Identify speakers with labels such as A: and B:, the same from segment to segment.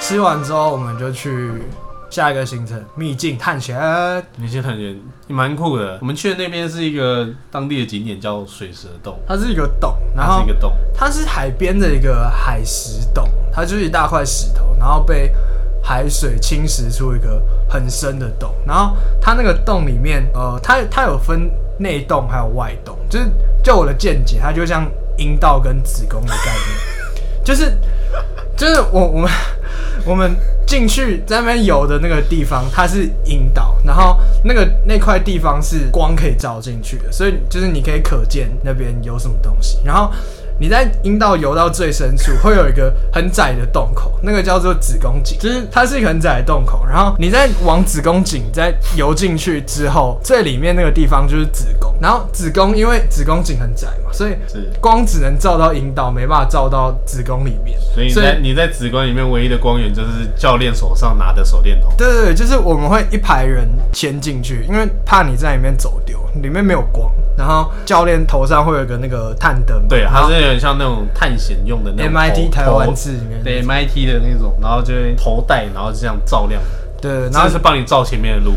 A: 吃完之后，我们就去下一个行程——秘境探险。
B: 你先感觉也蛮酷的。我们去的那边是一个当地的景点，叫水蛇洞，
A: 它是一个洞，然
B: 它
A: 后
B: 是一个洞，
A: 它是海边的一个海石洞，它就是一大块石头，然后被海水侵蚀出一个很深的洞。然后它那个洞里面，呃，它它有分内洞还有外洞，就是就我的见解，它就像阴道跟子宫的概念，就是就是我我们我们进去在那边游的那个地方，它是引导，然后那个那块地方是光可以照进去的，所以就是你可以可见那边有什么东西。然后你在阴道游到最深处，会有一个很窄的洞口，那个叫做子宫颈，就是它是一个很窄的洞口。然后你在往子宫颈再游进去之后，最里面那个地方就是子宫。然后子宫因为子宫颈很窄嘛，所以
B: 是
A: 光只能照到阴道，没办法照到子宫里面。
B: 所以你在你在紫光里面唯一的光源就是教练手上拿的手电筒。
A: 对对对，就是我们会一排人先进去，因为怕你在里面走丢，里面没有光。然后教练头上会有一个那个探灯嘛，
B: 对，
A: 然
B: 它
A: 后
B: 是有点像那种探险用的那种
A: MIT
B: 头
A: 台湾
B: 头
A: 字里面
B: 对 MIT 的那种，然后就会头戴，然后就这样照亮，
A: 对，对
B: 然
A: 然后
B: 后是帮你照前面的路。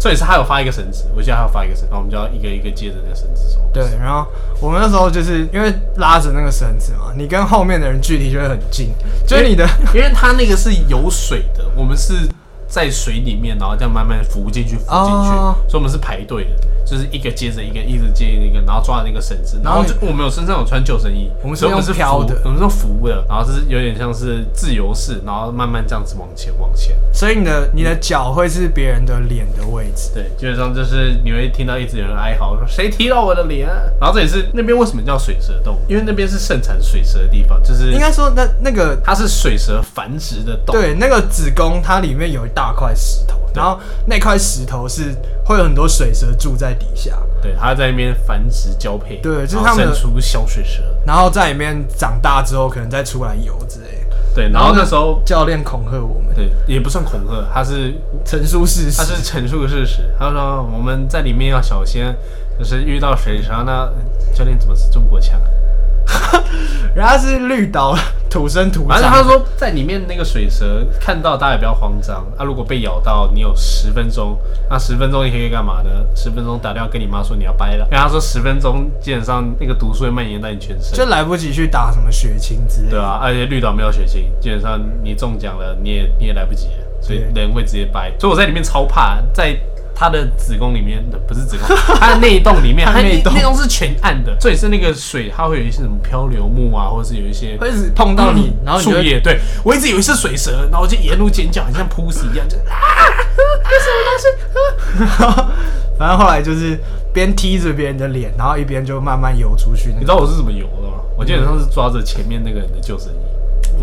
B: 所以是他有发一个绳子，我记得他有发一个绳，然后我们就要一个一个接着那个绳子走。
A: 对，然后我们那时候就是因为拉着那个绳子嘛，你跟后面的人距离就会很近，就是 你的
B: 因为它那个是有水的，我们是在水里面，然后这样慢慢浮进去，浮进去，
A: 哦
B: 所以我们是排队的，就是一个接着一个，一直接着一个，然后抓着那个绳子，然后
A: 然后
B: 就我们有身上有穿救生衣，
A: 我们是
B: 所以我们是
A: 用飘
B: 浮
A: 的
B: 我们是浮的，然后是有点像是自由式，然后慢慢这样子往前往前，
A: 所以你的你的脚会是别人的脸的位置。
B: 对，基本上就是你会听到一直有人哀嚎说谁踢到我的脸啊，然后这也是那边为什么叫水蛇洞，因为那边是盛产水蛇的地方，就是
A: 应该说那那个
B: 它是水蛇繁殖的洞，
A: 对，那个子宫它里面有一大块石头，然后那块石头是会有很多水蛇住在底下，
B: 对，它在那边繁殖交配，
A: 对就是
B: 然后
A: 它们
B: 生
A: 的
B: 出小水蛇。
A: 然后在里面长大之后，可能再出来游之类的。
B: 对，然后那时候，
A: 教练恐吓我们，
B: 对，也不算恐吓，他是
A: 陈述事
B: 他
A: 实，
B: 是陈述事实，他说我们在里面要小心，就是遇到水蛇那教练怎么是中国腔啊？
A: 然后他是绿岛土生土
B: 反
A: 长，
B: 正他说在里面那个水蛇看到大家也不要慌张，啊，如果被咬到，你有十分钟，那十分钟你可以干嘛呢？十分钟打电话跟你妈说你要掰了，因为他说十分钟基本上那个毒素会蔓延到你全身，
A: 就来不及去打什么血清之类
B: 对
A: 的。
B: 啊，而且绿岛没有血清，基本上你中奖了，你也你也来不及了，所以
A: 对
B: 人会直接掰。所以我在里面超怕，在他的子宫里面，呃不是子 宫，他的内洞里面，
A: 它
B: 它
A: 内
B: 内
A: 洞
B: 内洞是全暗的，所以是那个水，它会有一些什么漂流木啊，或者是有一些嗯
A: 会一直碰到你，然后你
B: 树
A: 就
B: 叶。对我一直以为是水蛇，然后我就沿路尖叫，很像扑死一样，就
A: 嗯
B: 啊，
A: 反正后来就是边踢着别人的脸，然后一边就慢慢游出去。那个
B: 你知道我是怎么游的吗？我基本上是抓着前面那个人的救生衣。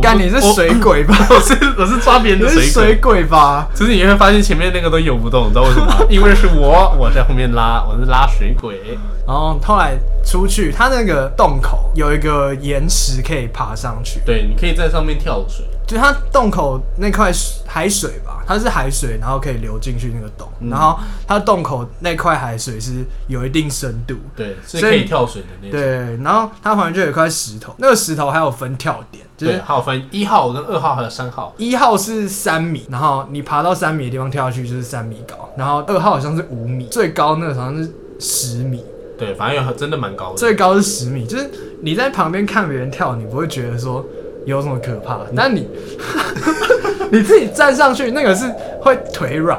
A: 干你是
B: 我？
A: 水鬼 吧？
B: 我我是我是抓别人
A: 你
B: 的
A: 是
B: 水鬼
A: 水鬼吧？
B: 只是你会发现前面那个都游不动，你知道为什么 吗？因为是我，我在后面拉，我是拉水鬼。
A: 然后后来出去，它那个洞口有一个岩石可以爬上去，
B: 对，你可以在上面跳水。
A: 就它洞口那块水海水吧，它是海水，然后可以流进去那个洞，
B: 嗯
A: 然后它洞口那块海水是有一定深度，
B: 对，是
A: 所
B: 可
A: 以
B: 以跳水的那种。
A: 对，然后它旁边就有一块石头，那个石头还有分跳点，就
B: 对，
A: 是
B: 还有分一号跟二号还有三号。
A: 一号是三米，然后你爬到三米的地方跳下去就是三米高，然后二号好像是五米，最高那个好像是十米，
B: 对，反正有真的蛮高的。
A: 最高是十米，就是你在旁边看别人跳，你不会觉得说有什么可怕，但你 你自己站上去，那个是会腿软，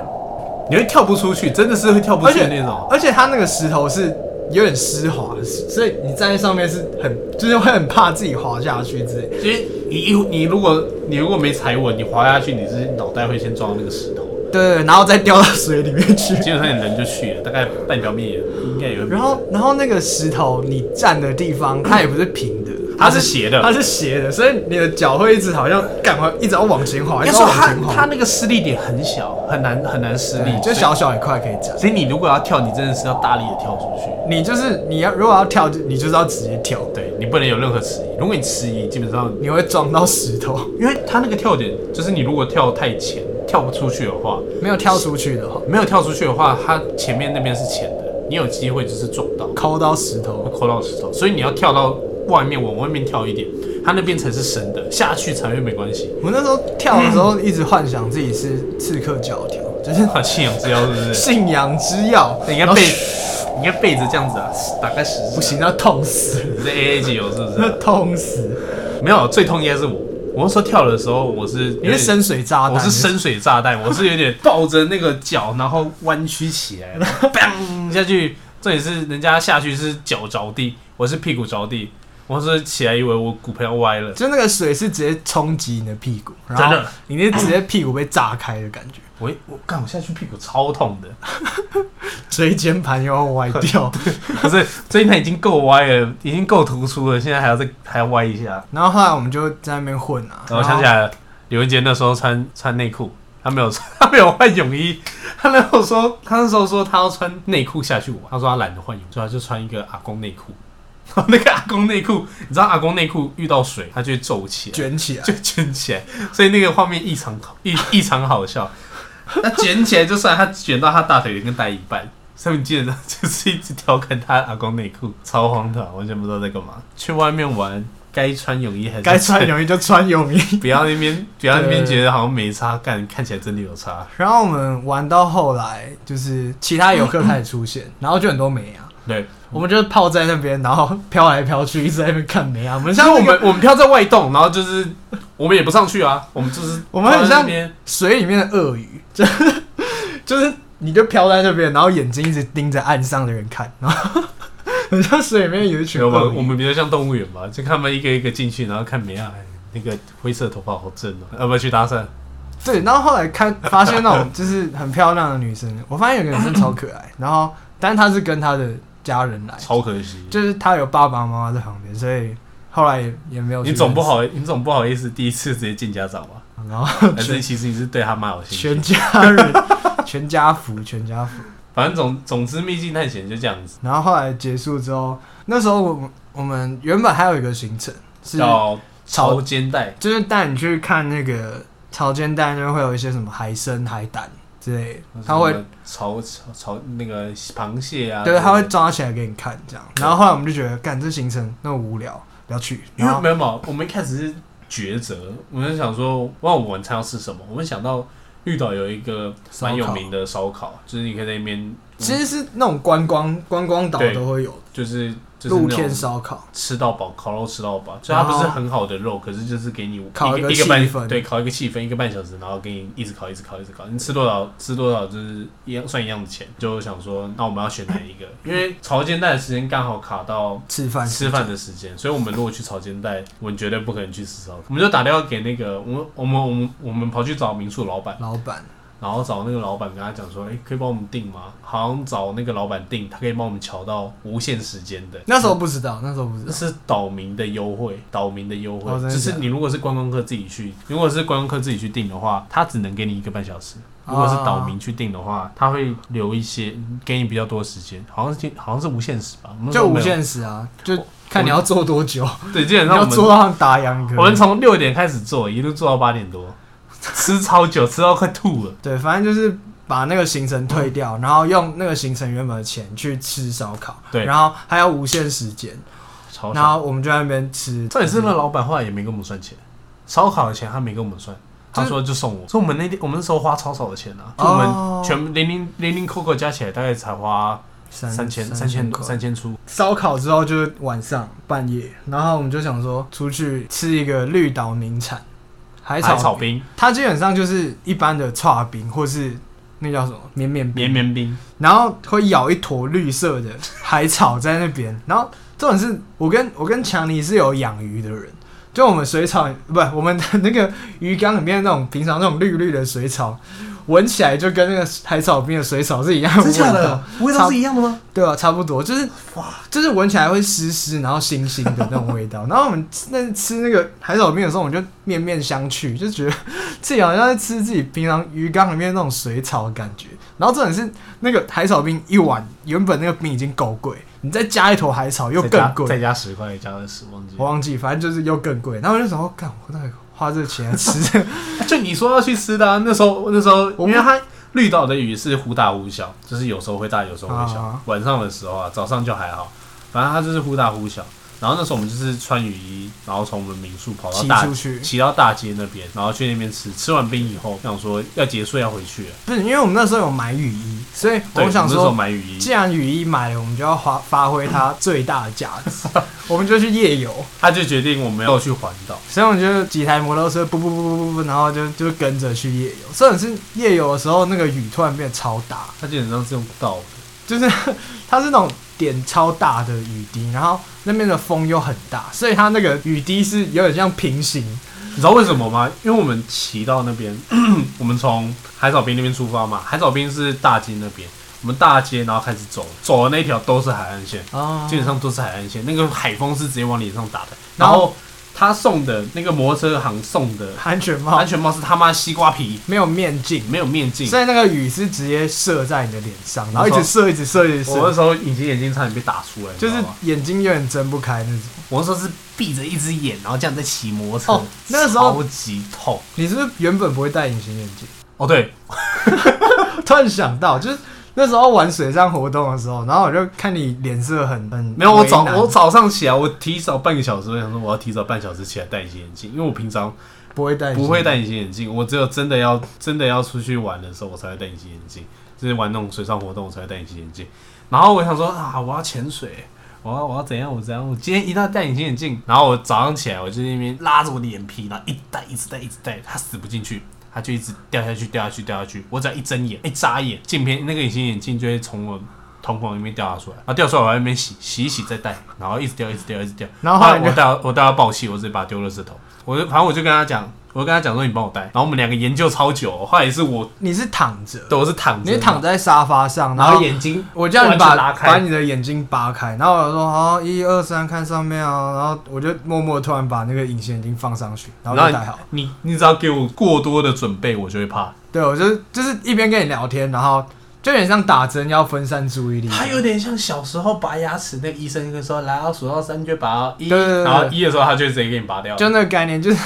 B: 你会跳不出去，真的是会跳不
A: 而
B: 出去
A: 且
B: 的那种。
A: 而且它那个石头是有点湿滑，所以你站在上面是很就是会很怕自己滑下去之类。
B: 因为你一你如果你如果没踩稳，你滑下去，你是脑袋会先撞到那个石头，
A: 对对对，然后再掉到水里面 去。
B: 基本上你人就去了，大概半条命也应该也会没了。
A: 然后，然后那个石头你站的地方，它也不是平的，
B: 它是斜的
A: 它是斜的，所以你的脚会一直好像赶快一直要往前滑，一
B: 应
A: 直
B: 该
A: 要
B: 说
A: 往
B: 它
A: 前
B: 它
A: 滑，
B: 那个施力点很小，很难很难施力
A: 对，就
B: 所以
A: 小小一块可以站。
B: 所以你如果要跳，你真的是要大力的跳出去。
A: 你就是你要如果要跳，你就是要直接跳，
B: 对你不能有任何迟疑，如果你迟疑，基本上，
A: 你会撞到石头。
B: 因为他那个跳点就是你如果跳太前，跳不出去的话，
A: 没有跳出去的话，
B: 没有跳出去的话，它前面那边是浅的，你有机会就是撞到，
A: 抠到石头。
B: 扣到石头，所以你要跳到外面往外面跳一点，它那边才是深的，下去才会没关系。
A: 我那时候跳的时候，一直幻想自己是刺客教条，就是
B: 啊，信仰之妖是不是？
A: 信仰之药。
B: 你应该背，你应该背着这样子啊，打开十
A: 不行，要痛 死，
B: 你是 A A 级有是不
A: 要
B: 是？
A: 痛死！
B: 没有，最痛应该是我。我那时候跳的时候，我是
A: 你是深水炸弹，
B: 我是深水炸弹，我是有点抱着那个脚，然后弯曲起来，砰下去。这也是人家下去是脚着地，我是屁股着地。我是起来以为我骨盆要歪了，
A: 就那个水是直接冲击你的屁股，然
B: 真
A: 后
B: 的
A: 你那直接屁股被炸开的 感觉，
B: 我一我干我下去屁股超痛的，
A: 椎间盘又要歪掉。
B: 不是椎间盘已经够歪了，已经够突出了，现在还要再还要歪一下。
A: 然后后来我们就在那边混啊，
B: 然后哦想起来了，刘文杰那时候穿穿内裤，他没有穿， 他没有换泳衣，他那时候说，他那时候说他要穿内裤下去玩，他说他懒得换泳，所以他就穿一个阿公内裤。 然后那个阿公内裤，你知道阿公内裤遇到水，它就会皱起来，
A: 卷起来，
B: 就卷起来，所以那个画面异常好，异异常好笑。他卷起来就算，他卷到他大腿跟大一半，上面基本上就是一直调侃他阿公内裤，超荒唐，完全不知道在干嘛。去外面玩，该穿泳衣还 是
A: 该穿泳衣就穿 泳衣。
B: 不要那边不要那边
A: 对
B: 觉得好像没差，干看起来真的有差。
A: 然后我们玩到后来，就是其他游客开始出 现，然后就很多美啊，
B: 对，
A: 我们就是泡在那边，然后飘来飘去，一直在那边看美啊。我们
B: 像
A: 像
B: 我
A: 我们
B: 们我们飘在外洞，然后就是我们也不上去啊， 我们就是
A: 我们很像
B: 飘在那边
A: 水里面的鳄鱼，就就是你就飘在那边，然后眼睛一直盯着岸上的人看，然后很像水里面有一群
B: 没有我
A: 鳄
B: 们我
A: 鱼。
B: 们比较像动物园吧，就看他们一个一个进去，然后看梅亚那个灰色头发好正哦、要不要去搭讪？
A: 对，然后后来看发现那种就是很漂亮的女生，我发现有个女生超可爱，然后但是她是跟她的家人来，
B: 超可惜，
A: 就是她有爸爸妈妈在旁边，所以后来也也没有去
B: 你总不好你总不好意思第一次直接见家长 吧？
A: 认识，然后
B: 还是其实你是对他蛮有兴趣
A: 全
B: 的？
A: 家人全家福全家福。
B: 反正总总之秘境探险就这样子，
A: 然后后来结束之后，那时候我们我们原本还有一个行程是
B: 叫
A: 草
B: 哦潮肩带，
A: 就是带你去看那个潮间带那边会有一些什么海参、海胆之类的，他
B: 哦
A: 会
B: 潮潮潮那个螃蟹啊，
A: 对，他会抓起来给你看这样。然后后来我们就觉得，干这行程那么无聊，不要去。
B: 因
A: 然
B: 为
A: 后
B: 没有没有，我们一开始是抉择，我们想说，哇，我们晚餐要吃什么？我们想到绿岛有一个
A: 烧
B: 蛮有
A: 烤
B: 名的烧烤，就是你可以在那边，
A: 其实是那种观光观光岛
B: 对
A: 都会有
B: 就是就是
A: 露
B: 那
A: 天
B: 种
A: 烧烤，
B: 吃到饱，烤肉吃到饱，就它
A: 然后
B: 不是很好的肉，可是就是给你
A: 啊烤
B: 一
A: 一个
B: 个一个
A: 气氛
B: 半对，烤一个气氛，一个半小时，然后给你一直烤，一直烤，一直烤，你吃多少吃多少就是一样算一样的钱，就想说，那我们要选哪一个？因
A: 嗯
B: 为潮间带的时间刚好卡到
A: 吃饭
B: 吃饭的时间，所以我们如果去潮间带，我们绝对不可能去吃烧烤。我们就打电话给那个，我们我们我们我们跑去找民宿老板，
A: 老板
B: 然后找那个老板跟他讲说，哎、可以帮我们订吗？好像找那个老板订，他可以帮我们调到无限时间的。
A: 那时候不知道，那时候不知
B: 这
A: 道，
B: 是岛民的优惠，岛民的优惠
A: 哦真，的
B: 只
A: 假
B: 是
A: 的
B: 你如果是观光客自己去，如果是观光客自己去订的话，他只能给你一个半小时。
A: 啊
B: 如果是岛民去订的话，他会留一些，给你比较多时间，好像是好像是无限时吧，我们那时
A: 就
B: 候没
A: 无
B: 有。
A: 限时啊，就看你要做多久，
B: 对，基本
A: 你
B: 上我
A: 要
B: 们
A: 做到他们打烊可以
B: 我们从六点开始做，一路做到八点多，吃超久，吃到快吐了。
A: 对，反正就是把那个行程退掉，然后用那个行程原本的钱去吃烧烤，
B: 对
A: 然后还有无限时间，
B: 超
A: 然
B: 爽。
A: 后我们就在那边吃。
B: 重点是那老板后来也没跟我们算钱，烧烤的钱他没跟我们算，他说就送我。所以我们那天我们那时候花超少的钱啊，就我
A: 哦
B: 们全零零零零扣扣加起来大概才花
A: 三
B: 三千三千三千出。
A: 烧烤之后就是晚上半夜，然后我们就想说出去吃一个绿岛名产海草
B: 海草冰、
A: 它基本上就是一般的刨冰或是那叫什么绵绵冰
B: 绵 绵冰，
A: 然后会咬一坨绿色的海草在那边。然后重点是我跟我跟强尼是有养鱼的人，就我们水草不，我们的那个鱼缸里面那种平常那种绿绿的水草，闻起来就跟那个海草冰的水草是一样的味道，？
B: 味
A: 道是
B: 一样的吗？
A: 对啊，差不多，就是就是闻起来会湿湿，然后腥腥的那种味道。 然后我们吃那吃那个海草冰的时候，我们就面面相觑，就觉得 自己好像在吃自己平常鱼缸里面那种水草的感觉。然后重点是那个海草冰一碗，原本那个冰已经够贵，你再加一头海草又
B: 再加
A: 更贵，
B: 再加十块，加二十，忘记
A: 我
B: 了。
A: 忘记，反正就是又更贵。然后我就想说，干，我到底花这钱来吃 这个？
B: 就你说要去吃的、啊，那时候那时候，
A: 我不
B: 因为它绿岛的雨是忽大忽小，就是有时候会大，有时候会小。
A: 啊
B: 晚上的时候啊，早上就还好，反正它就是忽大忽小。然后那时候我们就是穿雨衣，然后从我们民宿跑到
A: 骑
B: 大
A: 出去
B: 骑到大街那边，然后去那边吃。吃完冰以后，想说要结束要回去了。
A: 不是因为我们那时候有买雨衣，所以
B: 对
A: 我想
B: 那时候
A: 说，
B: 买雨衣，
A: 既然雨衣买了，我们就要发发挥它最大的价值， 我们就去夜游。
B: 他就决定我们要去环岛。
A: 所以我们就几台摩托车，不不不不不不，然后就就跟着去夜游。虽然是夜游的时候，那个雨突然变得超大，
B: 他基本上是用倒的，
A: 就是 它是那种点超大的雨滴，然后那边的风又很大，所以它那个雨滴是有点像平行。
B: 你知道为什么吗？因为我们骑到那边， 我们从海草滨那边出发嘛，海草滨是大金那边，我们大街然后开始走，走的那条都是海岸线，
A: 哦
B: 基本上都是海岸线，那个海风是直接往脸上打的。
A: 然
B: 然
A: 后
B: 后他送的那个摩托车行送的
A: 安全帽
B: 安全嗯帽是他妈西瓜皮，
A: 没有面镜，
B: 没有面镜。
A: 所以那个雨是直接射在你的脸上，然后
B: 没
A: 一
B: 错
A: 直射，一直射，一直
B: 我那
A: 射，
B: 时候隐形眼镜差点被打出来，你知
A: 就
B: 道
A: 是
B: 吗
A: 眼睛有点睁不开那种。
B: 我那时候是闭着一只眼，然后这样在骑摩托车
A: 哦，那时候
B: 超级痛。
A: 你是不是原本不会戴隐形眼镜？
B: 哦，对，
A: 突然想到，就是那时候玩水上活动的时候，然后我就看你脸色很很
B: 没有，我
A: 为
B: 早
A: 难
B: 我早上起来，我提早半个小时，我想说我要提早半小时起来戴隐形眼镜，因为我平常
A: 不会戴，
B: 不会。戴隐形眼镜，我只有真的要真的要出去玩的时候，我才会戴隐形眼镜，就是玩那种水上活动我才会戴隐形眼镜。然后我想说啊，我要潜水，我要我要怎样我怎样，我今天一定要戴隐形眼镜。然后我早上起来，我就在那边拉着我的眼皮，然后一直戴一直戴一直戴，它死不进去。它就一直掉下去，掉下去，掉下去。我只要一睁眼，一眨眼，镜片那个隐形眼镜就会从我瞳孔里面掉下出来。然后掉出来，我在那边洗洗一洗再戴，然后一直掉，一直掉，一直掉。
A: 然后后来你
B: 我
A: 就
B: 带我带他爆气，我直接把他丢垃圾桶。我就反正我就跟他讲，我就跟他讲说你帮我带。然后我们两个研究超久哦，后来也是我，
A: 你是躺着，
B: 对，我是躺着，
A: 你是躺，在沙发上，
B: 然
A: 然后
B: 后眼睛
A: 我叫你
B: 完
A: 把
B: 全
A: 把
B: 拉开，
A: 你的眼睛扒开，然后我说好，一二三，看上面啊，然后我就默默地突然把那个隐形眼镜放上去，然后就戴好。
B: 你你只要给我过多的准备，我就会怕。
A: 对，我就是就是一边跟你聊天，然后就有点像打针要分散注意力。
B: 他有点像小时候拔牙齿，那医生就说来，我数到三就拔一，
A: 对对对
B: 然后一的时候他就直接给你拔掉。
A: 就那个概念，就是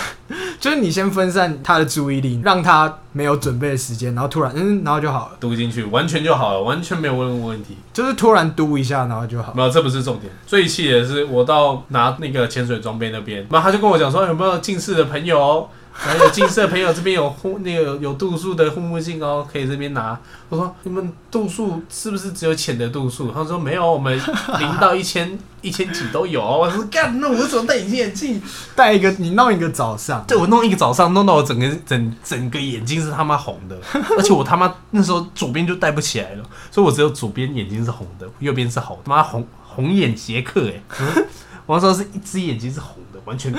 A: 就是你先分散他的注意力，让他没有准备的时间，然后突然嗯，然后就好了，
B: 读进去完全就好了，完全没有问问题。
A: 就是突然嘟一下，然后就好了。
B: 没有，这不是重点。最气的是，我到拿那个潜水装备那边，然后他就跟我讲说，有没有近视的朋友？然后有近视的朋友，这边有护那个有有度数的护目镜哦，可以这边拿。我说你们度数是不是只有浅的度数？他说没有，我们零到一千一千几都有哦。我说干，那我怎么戴隐形眼镜？
A: 戴一个，你弄一个早上，
B: 对我弄一个早上，弄到我整个整整个眼睛是他妈红 的，而且我他妈那时候左边就戴不起来了，所以我只有左边眼睛是红的，右边是好的，妈红红眼杰克 哎、欸，我那时候是一只眼睛是红的，完全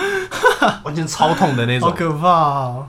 B: 完全超痛的那
A: 好
B: 种，
A: 可怕哦、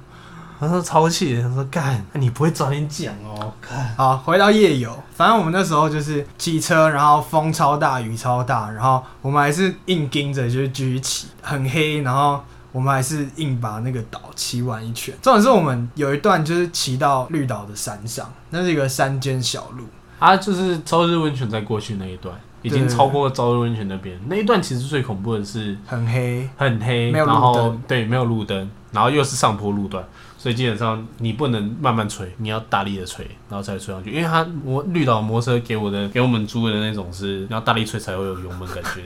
B: 他说超气的，他说干，你不会早点讲哦，干，
A: 好，回到夜游，反正我们那时候就是骑车，然后风超大，雨超大，然后我们还是硬盯着，就是继续骑，很黑，然后我们还是硬把那个岛骑完一圈。重点是我们有一段就是骑到绿岛的山上，那是一个山间小路，
B: 啊就是朝日温泉在过去那一段，已经
A: 对
B: 超过朝日温泉那边那一段，其实最恐怖的是
A: 很黑，
B: 很黑，
A: 没有路
B: 然后
A: 灯
B: 对，没有路灯，然后又是上坡路段，所以基本上你不能慢慢吹，你要大力的吹，然后才会吹上去。因为它摩绿岛摩托车给我的给我们租的那种是，你要大力吹才会有油门感觉，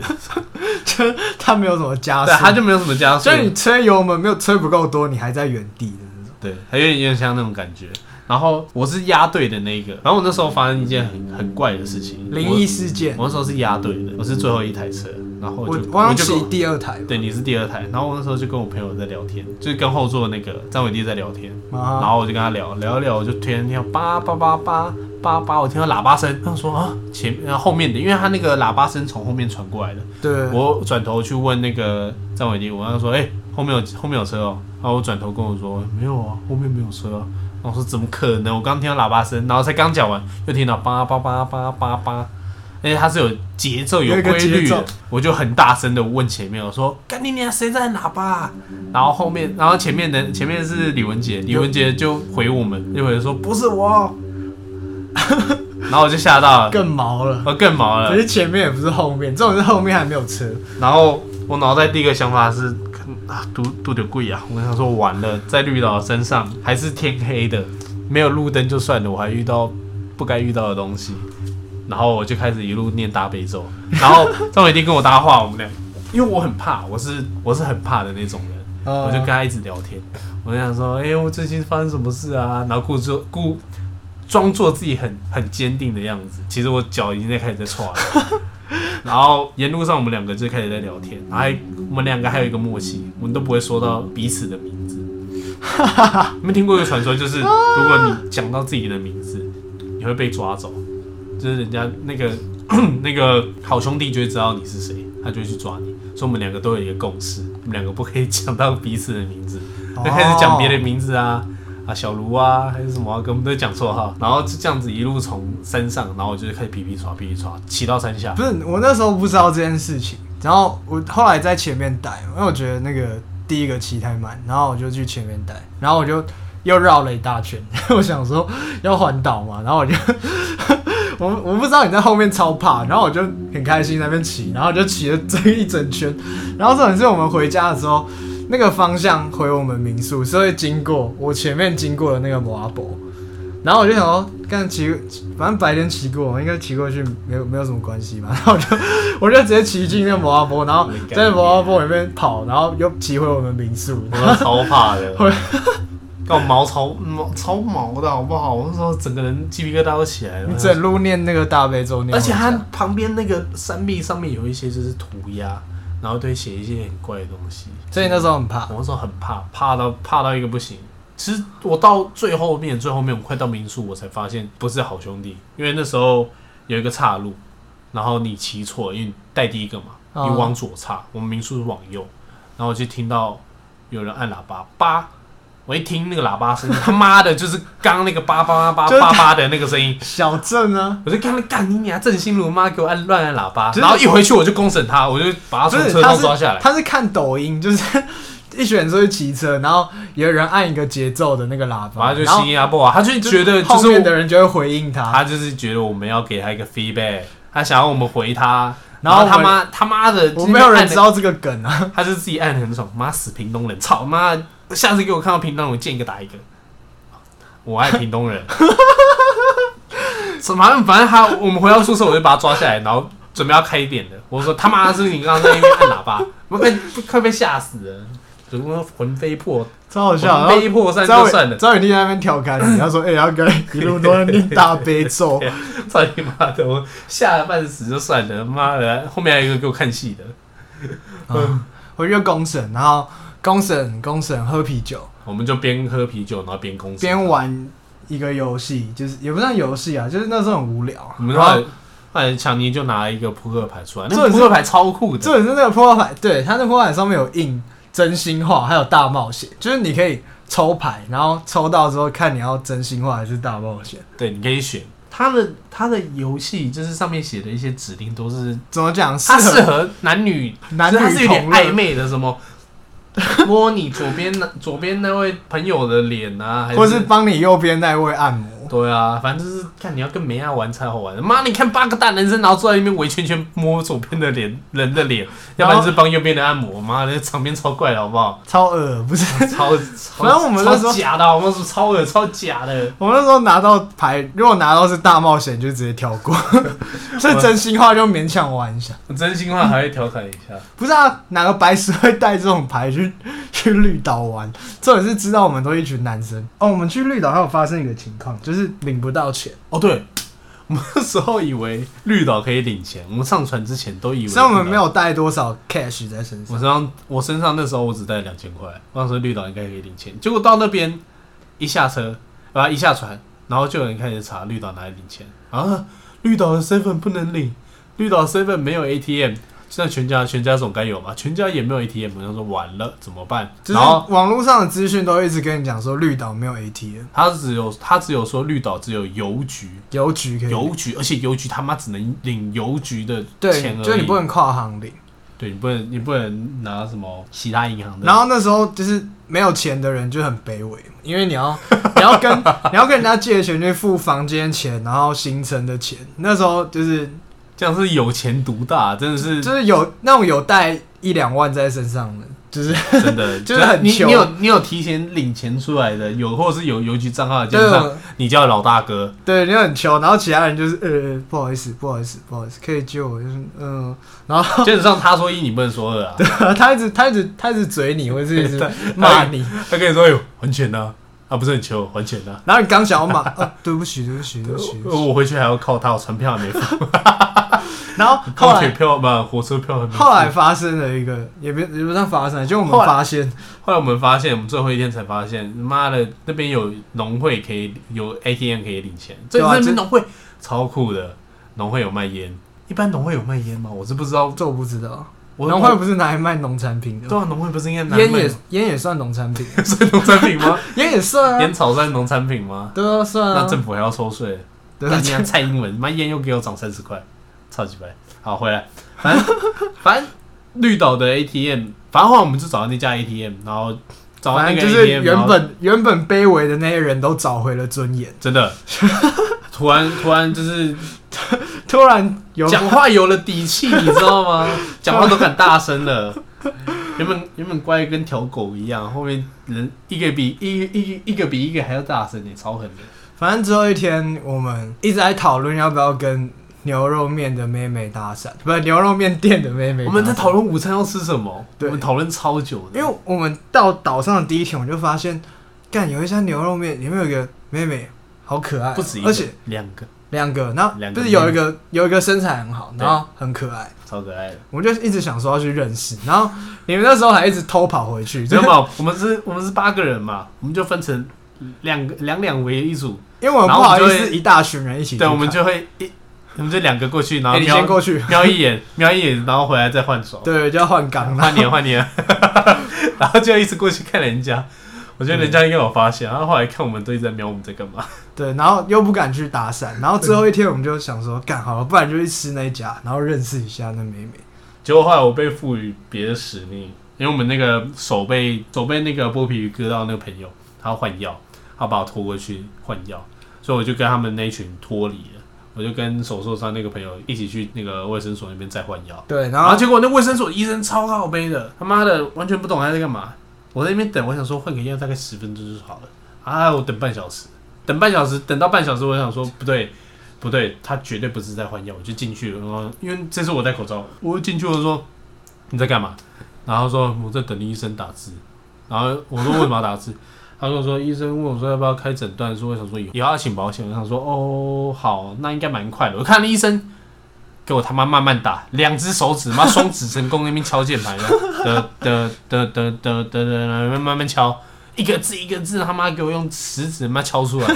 A: 就是它没有什么加速，
B: 对，它就没有什么加速
A: 所，以你吹油门没有吹不够多，你还在原地的那种。
B: 对，它有点有点像那种感觉。然后我是压队的那一个，然后我那时候发生一件很很怪的事情，
A: 灵异事件，
B: 我，我那时候是压队的，我是最后一台车，然后
A: 我
B: 我就
A: 我要
B: 就
A: 骑第二台吧，
B: 对，你是第二台。然后我那时候就跟我朋友在聊天，就是跟后座那个张伟弟在聊天，
A: 啊
B: 然后我就跟他聊聊一聊，我就突然听到叭叭叭叭叭叭，我听到喇叭声，他说啊前呃后面的，因为他那个喇叭声从后面传过来的。
A: 对，
B: 我转头去问那个张伟弟，我跟他说，哎、后面有后面有车哦、然后我转头跟我说，没有啊，后面没有车啊。然后我说怎么可能？我刚听到喇叭声，然后才刚讲完，又听到叭叭叭叭叭叭。而且它是有节奏、
A: 有一个
B: 规律
A: 节奏
B: 的，我就很大声的问前面，我说：“干你娘，谁在喇叭啊、然后后面，然后前面的前面是李文杰，李文杰就回我们，就回说：“不是我。” 然后我就吓到了，
A: 更毛了。
B: 我更毛了
A: 不。是前面也不是后面，这种是后面还没有车，
B: 然后我脑袋第一个想法是，啊，嘟嘟的贵啊！我想说完了，在绿岛身上还是天黑的，没有路灯就算了，我还遇到不该遇到的东西。然后我就开始一路念大悲咒，然后张伟丁跟我搭话，我们俩因为我很怕，我是我是很怕的那种人，
A: 嗯
B: 我就跟他一直聊天，我就想说，哎、我最近发生什么事啊？然后故作故装作自己很很坚定的样子，其实我脚已经在开始在踹了。然后沿路上我们两个就开始在聊天，然后还我们两个还有一个默契，我们都不会说到彼此的名字。你们听过一个传说，就是如果你讲到自己的名字，你会被抓走，就是人家那个 那个好兄弟就会知道你是谁，他就会去抓你。所以我们两个都有一个共识，我们两个不可以讲到彼此的名字，就开始讲别的名字啊。啊，小卢啊，还是什么、啊，跟我们都讲错哈，然后就这样子一路从山上，然后我就是开始皮皮刷皮皮刷，骑到山下
A: 不。是我那时候不知道这件事情，然后我后来在前面带，因为我觉得那个第一个骑太慢，然后我就去前面带，然后我就又绕了一大圈， 我想说要环岛嘛，然后我就 我我不知道你在后面超怕，然后我就很开心在那边骑，然后我就骑了这一整圈，然后重点是我们回家的时候，那个方向回我们民宿是会经过我前面经过的那个摩阿伯。然后我就想说，干骑，反正白天骑过，应该骑过去没有没有什么关系吧。然 后我就我就直接骑进那个摩阿波，然后在摩阿波里面跑，然后又骑回我们民宿。
B: 我都超怕的
A: 会，
B: 搞毛超毛超毛的好不好？我那时候整个人鸡皮疙瘩都起来了
A: 你。整路念那个大悲咒念
B: 而
A: 完
B: 且
A: 下，
B: 它旁边那个山壁上面有一些就是涂鸦，然后都会写一些很怪的东西。
A: 所以那时候很怕。
B: 我那时候很怕，怕到怕到一个不行。其实我到最后面，最后面我快到民宿，我才发现不是好兄弟，因为那时候有一个岔路，然后你骑错，因为你带第一个嘛，
A: 哦
B: 你往左岔，我们民宿是往右，然后我就听到有人按喇叭叭，我一听那个喇叭声，他妈的就是刚刚那个叭叭叭叭叭叭的那个声音，
A: 小镇啊呢、
B: 我就看他干你娘，郑心如妈给我按乱按喇叭，
A: 就是
B: 然后一回去我就公审他，我就把他
A: 不
B: 从
A: 是
B: 车
A: 他
B: 上
A: 是
B: 抓下来。
A: 他是看抖音， 就是一群人出去骑车，然后有人按一个节奏的那个喇
B: 然
A: 叭，
B: 后就
A: 然后
B: 新加坡啊，他就觉得就
A: 后
B: 是我
A: 面的人就会回应他。
B: 他就是觉得我们要给他一个 feedback，他想要我们回他，
A: 然
B: 然
A: 后
B: 后他妈他妈的，
A: 我没有人知
B: 今天
A: 道这个梗啊，
B: 按的，他是自己按的很爽，妈死屏东人，操妈，下次给我看到屏东人，我见一个打一个，我爱屏东人， 什么反正反正他，我们回到宿舍我就把他抓下来，然后准备要开扁的，我说他妈是不是你刚刚在那边按喇叭， 我被快被吓死了，怎么魂飞魄
A: 超好笑。然
B: 魂
A: 后
B: 飞魄散
A: 张
B: 就
A: 伟
B: 算了，
A: 张伟弟啊在那边调侃你，他说：“哎、欸，要 跟一路都在念大悲咒。
B: 操你妈的！我吓得半死就算了，妈的，后面还有一个给我看戏的，”
A: 嗯，我就公审，然后公审公审喝啤酒，
B: 我们就边喝啤酒，然后边公司
A: 边玩一个游戏，就是也不算游戏啊，就是那时候很无聊。
B: 我们
A: 然
B: 后来
A: 后
B: 后来强尼就拿一个扑克牌出来，那
A: 这
B: 个扑克牌超酷的，
A: 重点是那个破坏牌，对，它那破坏牌上面有印真心话，还有大冒险，就是你可以抽牌，然后抽到之后看你要真心话还是大冒险。
B: 对，你可以选。它的它的游戏就是上面写的一些指令都是，
A: 怎么讲？
B: 它
A: 适
B: 适合男女，
A: 男
B: 就是它
A: 女
B: 是有点
A: 同乐
B: 暧昧的，什么 摸你左边那左边那位朋友的脸啊，还
A: 或是帮你右边那位按摩。
B: 对啊，反正就是看你要跟梅亚玩才好玩。妈，你看八个大男生，然后坐在那边围圈圈摸左边的脸人的脸，
A: 然
B: 要
A: 后
B: 不然就是帮右边的按摩。妈的，场面超怪的好不好？
A: 超恶不是？
B: 超超，
A: 反正我们那时候
B: 超假的，我们是超恶超假的。
A: 我们那时候拿到牌，如果拿到是大冒险，就直接跳 过；是真心话就勉强玩一下。
B: 我真心话还会调侃一下，
A: 不是啊，哪个白痴会带这种牌去 去绿岛玩？这也是知道我们都一群男生哦。我们去绿岛还有发生一个情况，就是领不到钱，
B: 哦对。我们那时候以为绿岛可以领钱，我们上船之前都以为。
A: 虽然我们没，有带多少 cash 在身
B: 我
A: 上，
B: 身上我身上那时候我只带两千块，我想说绿岛应该可以领钱。结果到那边一下车，啊一下船，然后就有人开始查绿岛哪里领钱啊，绿岛的 seven 不能领，绿岛 seven 没有 ATM。现在全家全家总该有吧？全家也没有 ATM，我想说完了怎么办？
A: 就是
B: 然后
A: 网络上的资讯都一直跟你讲说绿岛没有 ATM，
B: 他只有他只有说绿岛只有邮局，
A: 邮局可以领
B: 邮局，而且邮局他妈只能领邮局的钱
A: 对，
B: 而已。
A: 就你不能跨行领。
B: 对你不能你不能拿什么其他银行的。
A: 然后那时候就是没有钱的人就很卑微，因为你要 你要跟你要跟人家借钱去付房间钱，然后行程的钱。那时候就是
B: 这样是有钱独大，真的是
A: 就是有那种有带一两万在身上的，就是
B: 真的
A: 就是很
B: 你
A: 穷
B: 你有你有提前领钱出来的，有或者是有邮局账号的，基
A: 对
B: 本
A: 我
B: 上你叫老 大哥，
A: 对，你很穷，然后其他人就是呃，不好意思，不好意思，不好意思，可以救我，就是嗯、然后
B: 基本上他说一，你不能说二啊。
A: 他一直他一直他一直嘴你，或者是一直骂你，
B: 他跟你说，哎呦，还钱呐、啊，不是很穷，还钱呐、
A: 然后你刚想 要骂，啊，对不起，对不起，对不起，对不
B: 呃
A: 起
B: 我回去还要靠他，我船票还没付，
A: 然后后
B: 高铁
A: 来
B: 票嘛，火车票还没付。
A: 后来发生了一个，也没也不算发生，就我们
B: 后来
A: 发现，
B: 后来我们发现，我们最后一天才发现，妈的，那边有农会可以有 ATM 可以领钱，
A: 对
B: 这
A: 啊
B: 那
A: 这
B: 边农会超酷的，农会有卖烟。一般农会有卖烟吗？我是不知道。
A: 这我不知道，
B: 我
A: 农会不是拿来卖农产品
B: 对
A: 的，
B: 啊，农会不是应该拿来
A: 烟
B: 卖
A: 也烟也算农产品，
B: 算农产品吗？
A: 烟也算啊
B: 烟，草算农产品吗？
A: 对啊，算
B: 那
A: 啊，
B: 政府还要抽税。
A: 对
B: 干
A: 啊
B: 你，娘蔡英文，妈烟又给我涨三十块，超级白。好，回来，反正反正绿岛的 ATM，反正后来我们就找到那家 ATM，然后找到
A: 反
B: 那
A: 正
B: 个
A: 就是
B: ATM，然
A: 原
B: 后
A: 本原本卑微的那些人都找回了尊严，
B: 真 的。突然，突然就是
A: 突然有
B: 讲话有了底气，你知道 吗？讲话都很大声了。原本原本乖得跟条狗一样，后面人一个比一个一个一个比一个还要大声，你欸超狠的。
A: 反正最后一天，我们一直在讨论要不要跟牛肉面的妹妹搭讪，不是牛肉面店的妹妹。
B: 我们在讨，论午餐要吃什么，我
A: 对
B: 们讨论超久的，
A: 因为我们到岛上的第一天，我就发现，干有一家牛肉面，里面有一个妹妹，好可爱哦、
B: 不止一个，
A: 而且
B: 两个，
A: 两个，然后
B: 两个
A: 就是有一个有一个身材很好，
B: 对
A: 然后很可爱，
B: 超可爱的。
A: 我们就一直想说要去认识，然后你们那时候还一直偷跑回去，
B: 没
A: 就
B: 有
A: 是
B: 嘛，我们是，我们是八个人嘛，我们就分成两个两两为一组，
A: 因为我们
B: 然
A: 不
B: 后我
A: 好
B: 们
A: 意
B: 就
A: 思
B: 会
A: 一大群人一起去
B: 对，
A: 看，
B: 我们就会一，我们就两个欸过去，然
A: 哎、
B: 后
A: 你
B: 瞄
A: 先过去，
B: 瞄一眼，瞄一眼，然后回来再换手，
A: 对，就要换岗了，
B: 换你了换你了，然后就一直过去看人家，我觉得人家应该有发现，然后后来看我们都一直在瞄我们在干嘛，
A: 对，然后又不敢去搭讪，然后最后一天我们就想说，干好了，不然就去吃那一家，然后认识一下那妹妹。
B: 结果后来我被赋予别的使命，因为我们那个手被手被那个剥皮鱼割到那个朋友，他要换药，他把我拖过去换药，所以我就跟他们那一群脱离了，我就跟手受伤那个朋友一起去那个卫生所那边再换药，
A: 对，然
B: 然后
A: 后
B: 结果那卫生所医生超靠背的，他妈的完全不懂他在干嘛。我在那边等，我想说换个药大概十分钟就好了，啊，我等半小时，等半小时，等到半小时，我想说不对，不对，他绝对不是在换药，我就进去了，然后因为这次我戴口罩，我进去我就说你在干嘛？然后他说我在等医生打字，然后我说为什么要打字？ 他跟我说，医生问我说要不要开诊断书，我想说以后要请保险，我想说哦好，那应该蛮快的。我看那医生给我他妈慢慢打，两只手指妈双指成功那边敲键盘， 的的的的的的的慢慢敲，一个字一个字他妈给我用食指妈敲出来，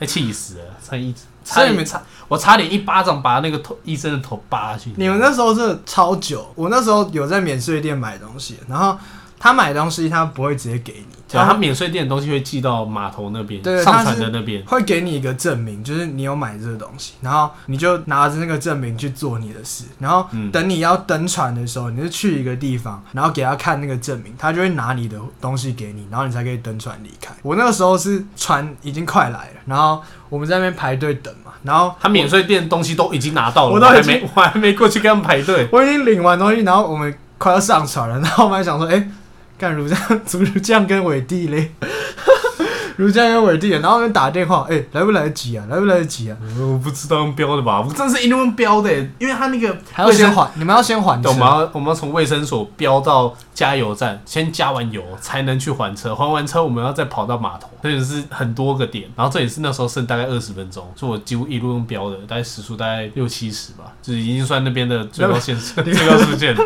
B: 哎气死了，差一差点差，我差点一巴掌把那个头医生的头扒下去。
A: 你们那时候真的超久，我那时候有在免税店买东西，然后他买东西他不会直接给你，
B: 对，他免税店的东西会寄到码头那边，
A: 对
B: 嗯上船的那边。
A: 会给你一个证明，就是你有买这个东西，然后你就拿着那个证明去做你的事，然后
B: 嗯
A: 等你要登船的时候，你就去一个地方，然后给他看那个证明，他就会拿你的东西给你，然后你才可以登船离开。我那个时候是船已经快来了，然后我们在那边排队等嘛，然后
B: 他免税店的东西都已经拿到了，
A: 我
B: 我
A: 都
B: 还
A: 已经
B: 没我还没过去跟他们排队。
A: 我已经领完东西，然后我们快要上船了，然后我们还想说，哎、干如酱、竹如酱跟伟弟嘞，如酱跟伟弟，然后我们打电话，哎、来不来得及啊？来不来得及啊？
B: 我不知道用标的吧，我真的是一路用标的，因为他那个
A: 还要先还，你们要先还
B: 对，
A: 车
B: 我们要我们要从卫生所飙到加油站，先加完油才能去还车，还完车我们要再跑到码头，这也是很多个点。然后这也是那时候剩大概二十分钟，所以我几乎一路用飙的，大概时速大概六七十吧，就是已经算那边的最高 限速最高速限了。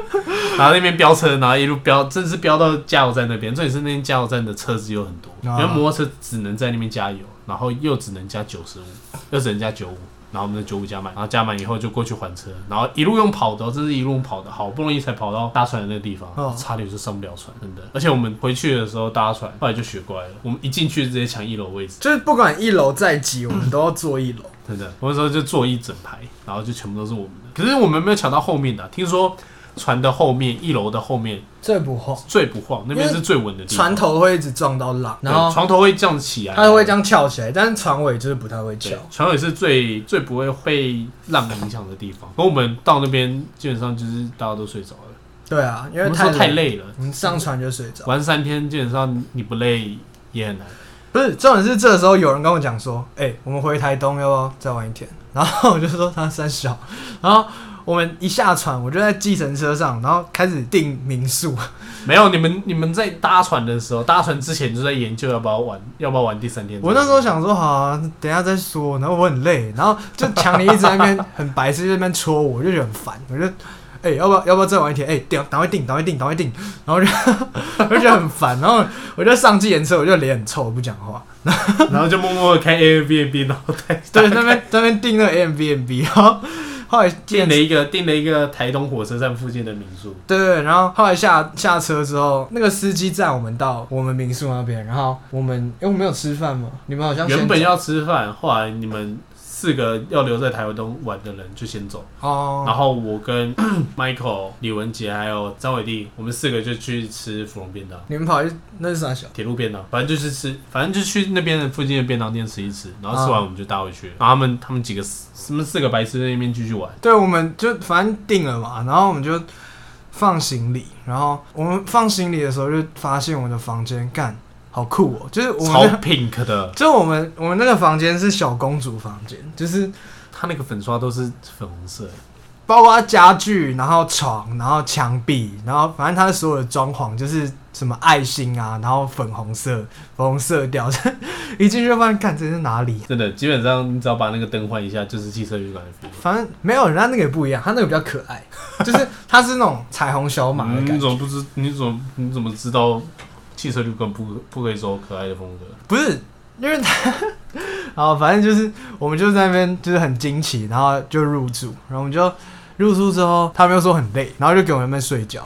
B: 然后那边飙车，然后一路飙，真是飙到加油站那边。这也是那边加油站的车子有很多，
A: 啊
B: 因为摩托车只能在那边加油，然后又只能加九十五，又只能加九五。然后我们的九五加满，然后加满以后就过去还车，然后一路用跑的哦，这是一路用跑的，好不容易才跑到搭船的那个地方，
A: 哦
B: 差点就上不了船，真的。而且我们回去的时候搭船，后来就学乖了，我们一进去直接抢一楼位置，
A: 就是不管一楼再挤，我们都要坐一楼。
B: 真的。我那时候就坐一整排，然后就全部都是我们的，可是我们没有抢到后面的啊、听说船的后面，一楼的后面
A: 最不晃，
B: 最不晃，那边
A: 因为
B: 是最稳的地方。
A: 船头会一直撞到浪，
B: 对
A: 然后
B: 床头会这样起来，
A: 它会这样翘起来，但是船尾就是不太会翘
B: 对。，船尾是最最 不会被浪影响的地方。而我们到那边基本上就是大家都睡着了，
A: 对啊，因
B: 我
A: 为
B: 们说
A: 太
B: 太，累了，
A: 我们上船就睡着。
B: 玩三天基本上你不累也很难。
A: 不是，重点是这时候有人跟我讲说，哎、我们回台东要不要再玩一天？然后我就说他三小，然后我们一下船，我就在计程车上，然后开始订民宿。
B: 没有，你们你们在搭船的时候，搭船之前就在研究要不要玩，要不要玩第三天。
A: 我那时候想说，好、啊，等一下再说。然后我很累，然后就强尼一直在那边很白痴，就在那边戳我，我就觉得很烦。我就，哎、要不要要不要再玩一天？哎、订，赶快订，赶快订，赶快订。然后就我就觉得 很烦，然后我就上计程车，我就脸很臭，我不讲话。
B: 然后就默默地开 Airbnb，然后在
A: 对，那 边那边订那个 a m b n b 然后后来
B: 订了一个订了一个台东火车站附近的民宿。
A: 对对，对然后后来下下车之后，那个司机载我们到我们民宿那边，然后我们，因为我们有吃饭嘛，你们好像先
B: 原本
A: 走
B: 要吃饭，后来你们四个要留在台东玩的人就先走，然
A: 哦，
B: 后我跟 Michael、李文杰还有张伟弟，我们四个就去吃芙蓉便当。
A: 你们跑去那是啥小？
B: 铁路便当，反正就是吃，反正就去那边的附近的便当店吃一吃，然后吃完我们就搭回去。然后他们他们几个他们四个白痴在那边继续玩，
A: 对，我们就反正定了嘛，然后我们就放行李，然后我们放行李的时候就发现我们的房间干好酷哦，就是我
B: 超
A: 们
B: pink 的，
A: 就我们我们那个房间是小公主房间， 就是
B: 它那个粉刷都是粉红色的，
A: 包括家具，然后床，然后墙壁，然后反正它的所有的装潢就是什么爱心啊，然后粉红色、粉红色调，一进去就发现，看这是哪里、
B: 真的，基本上你只要把那个灯换一下，就是汽车旅馆的 feel。
A: 反正没有，人家那个也不一样，它那个比较可爱，就是它是那种彩虹小马的
B: 嗯
A: 感觉，
B: 你怎么不知？你怎么你怎么知道汽车旅馆不不可以走可爱的风格？
A: 不是因为它， 然后反正就是我们就在那边就是很惊奇，然后就入住，然后我们就入住之后，他们又说很累，然后就给我们在那边睡 觉，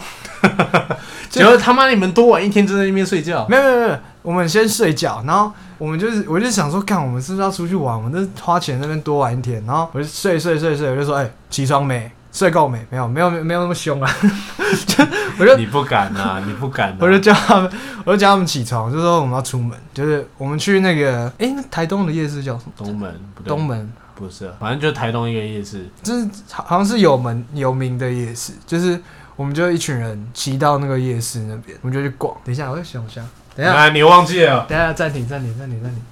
A: 这
B: 结果他妈你们多玩一天就在那边睡觉，
A: 没有没有没有，我们先睡觉，然后我们就是，我就想说，干，我们是不是要出去玩？我们这花钱那边多玩一天，然后我就睡睡睡睡，我就说，哎、起床没？睡够没？没有没有没有没有那么凶啊， 就我就
B: 你不敢呐、你不敢、啊，
A: 我就叫他们，我就叫他们起床，就说我们要出门，就是我们去那个，哎、那台东的夜市叫什么？
B: 东门不对，
A: 东门，
B: 不是啊，反正就台东一个夜市，
A: 就是好好像是有门有名的夜市，就是我们就一群人骑到那个夜市那边，我们就去逛。等一下，我再想一下，等一下，
B: 啊，你忘记了
A: 等一下，暂停暂停暂停暂停。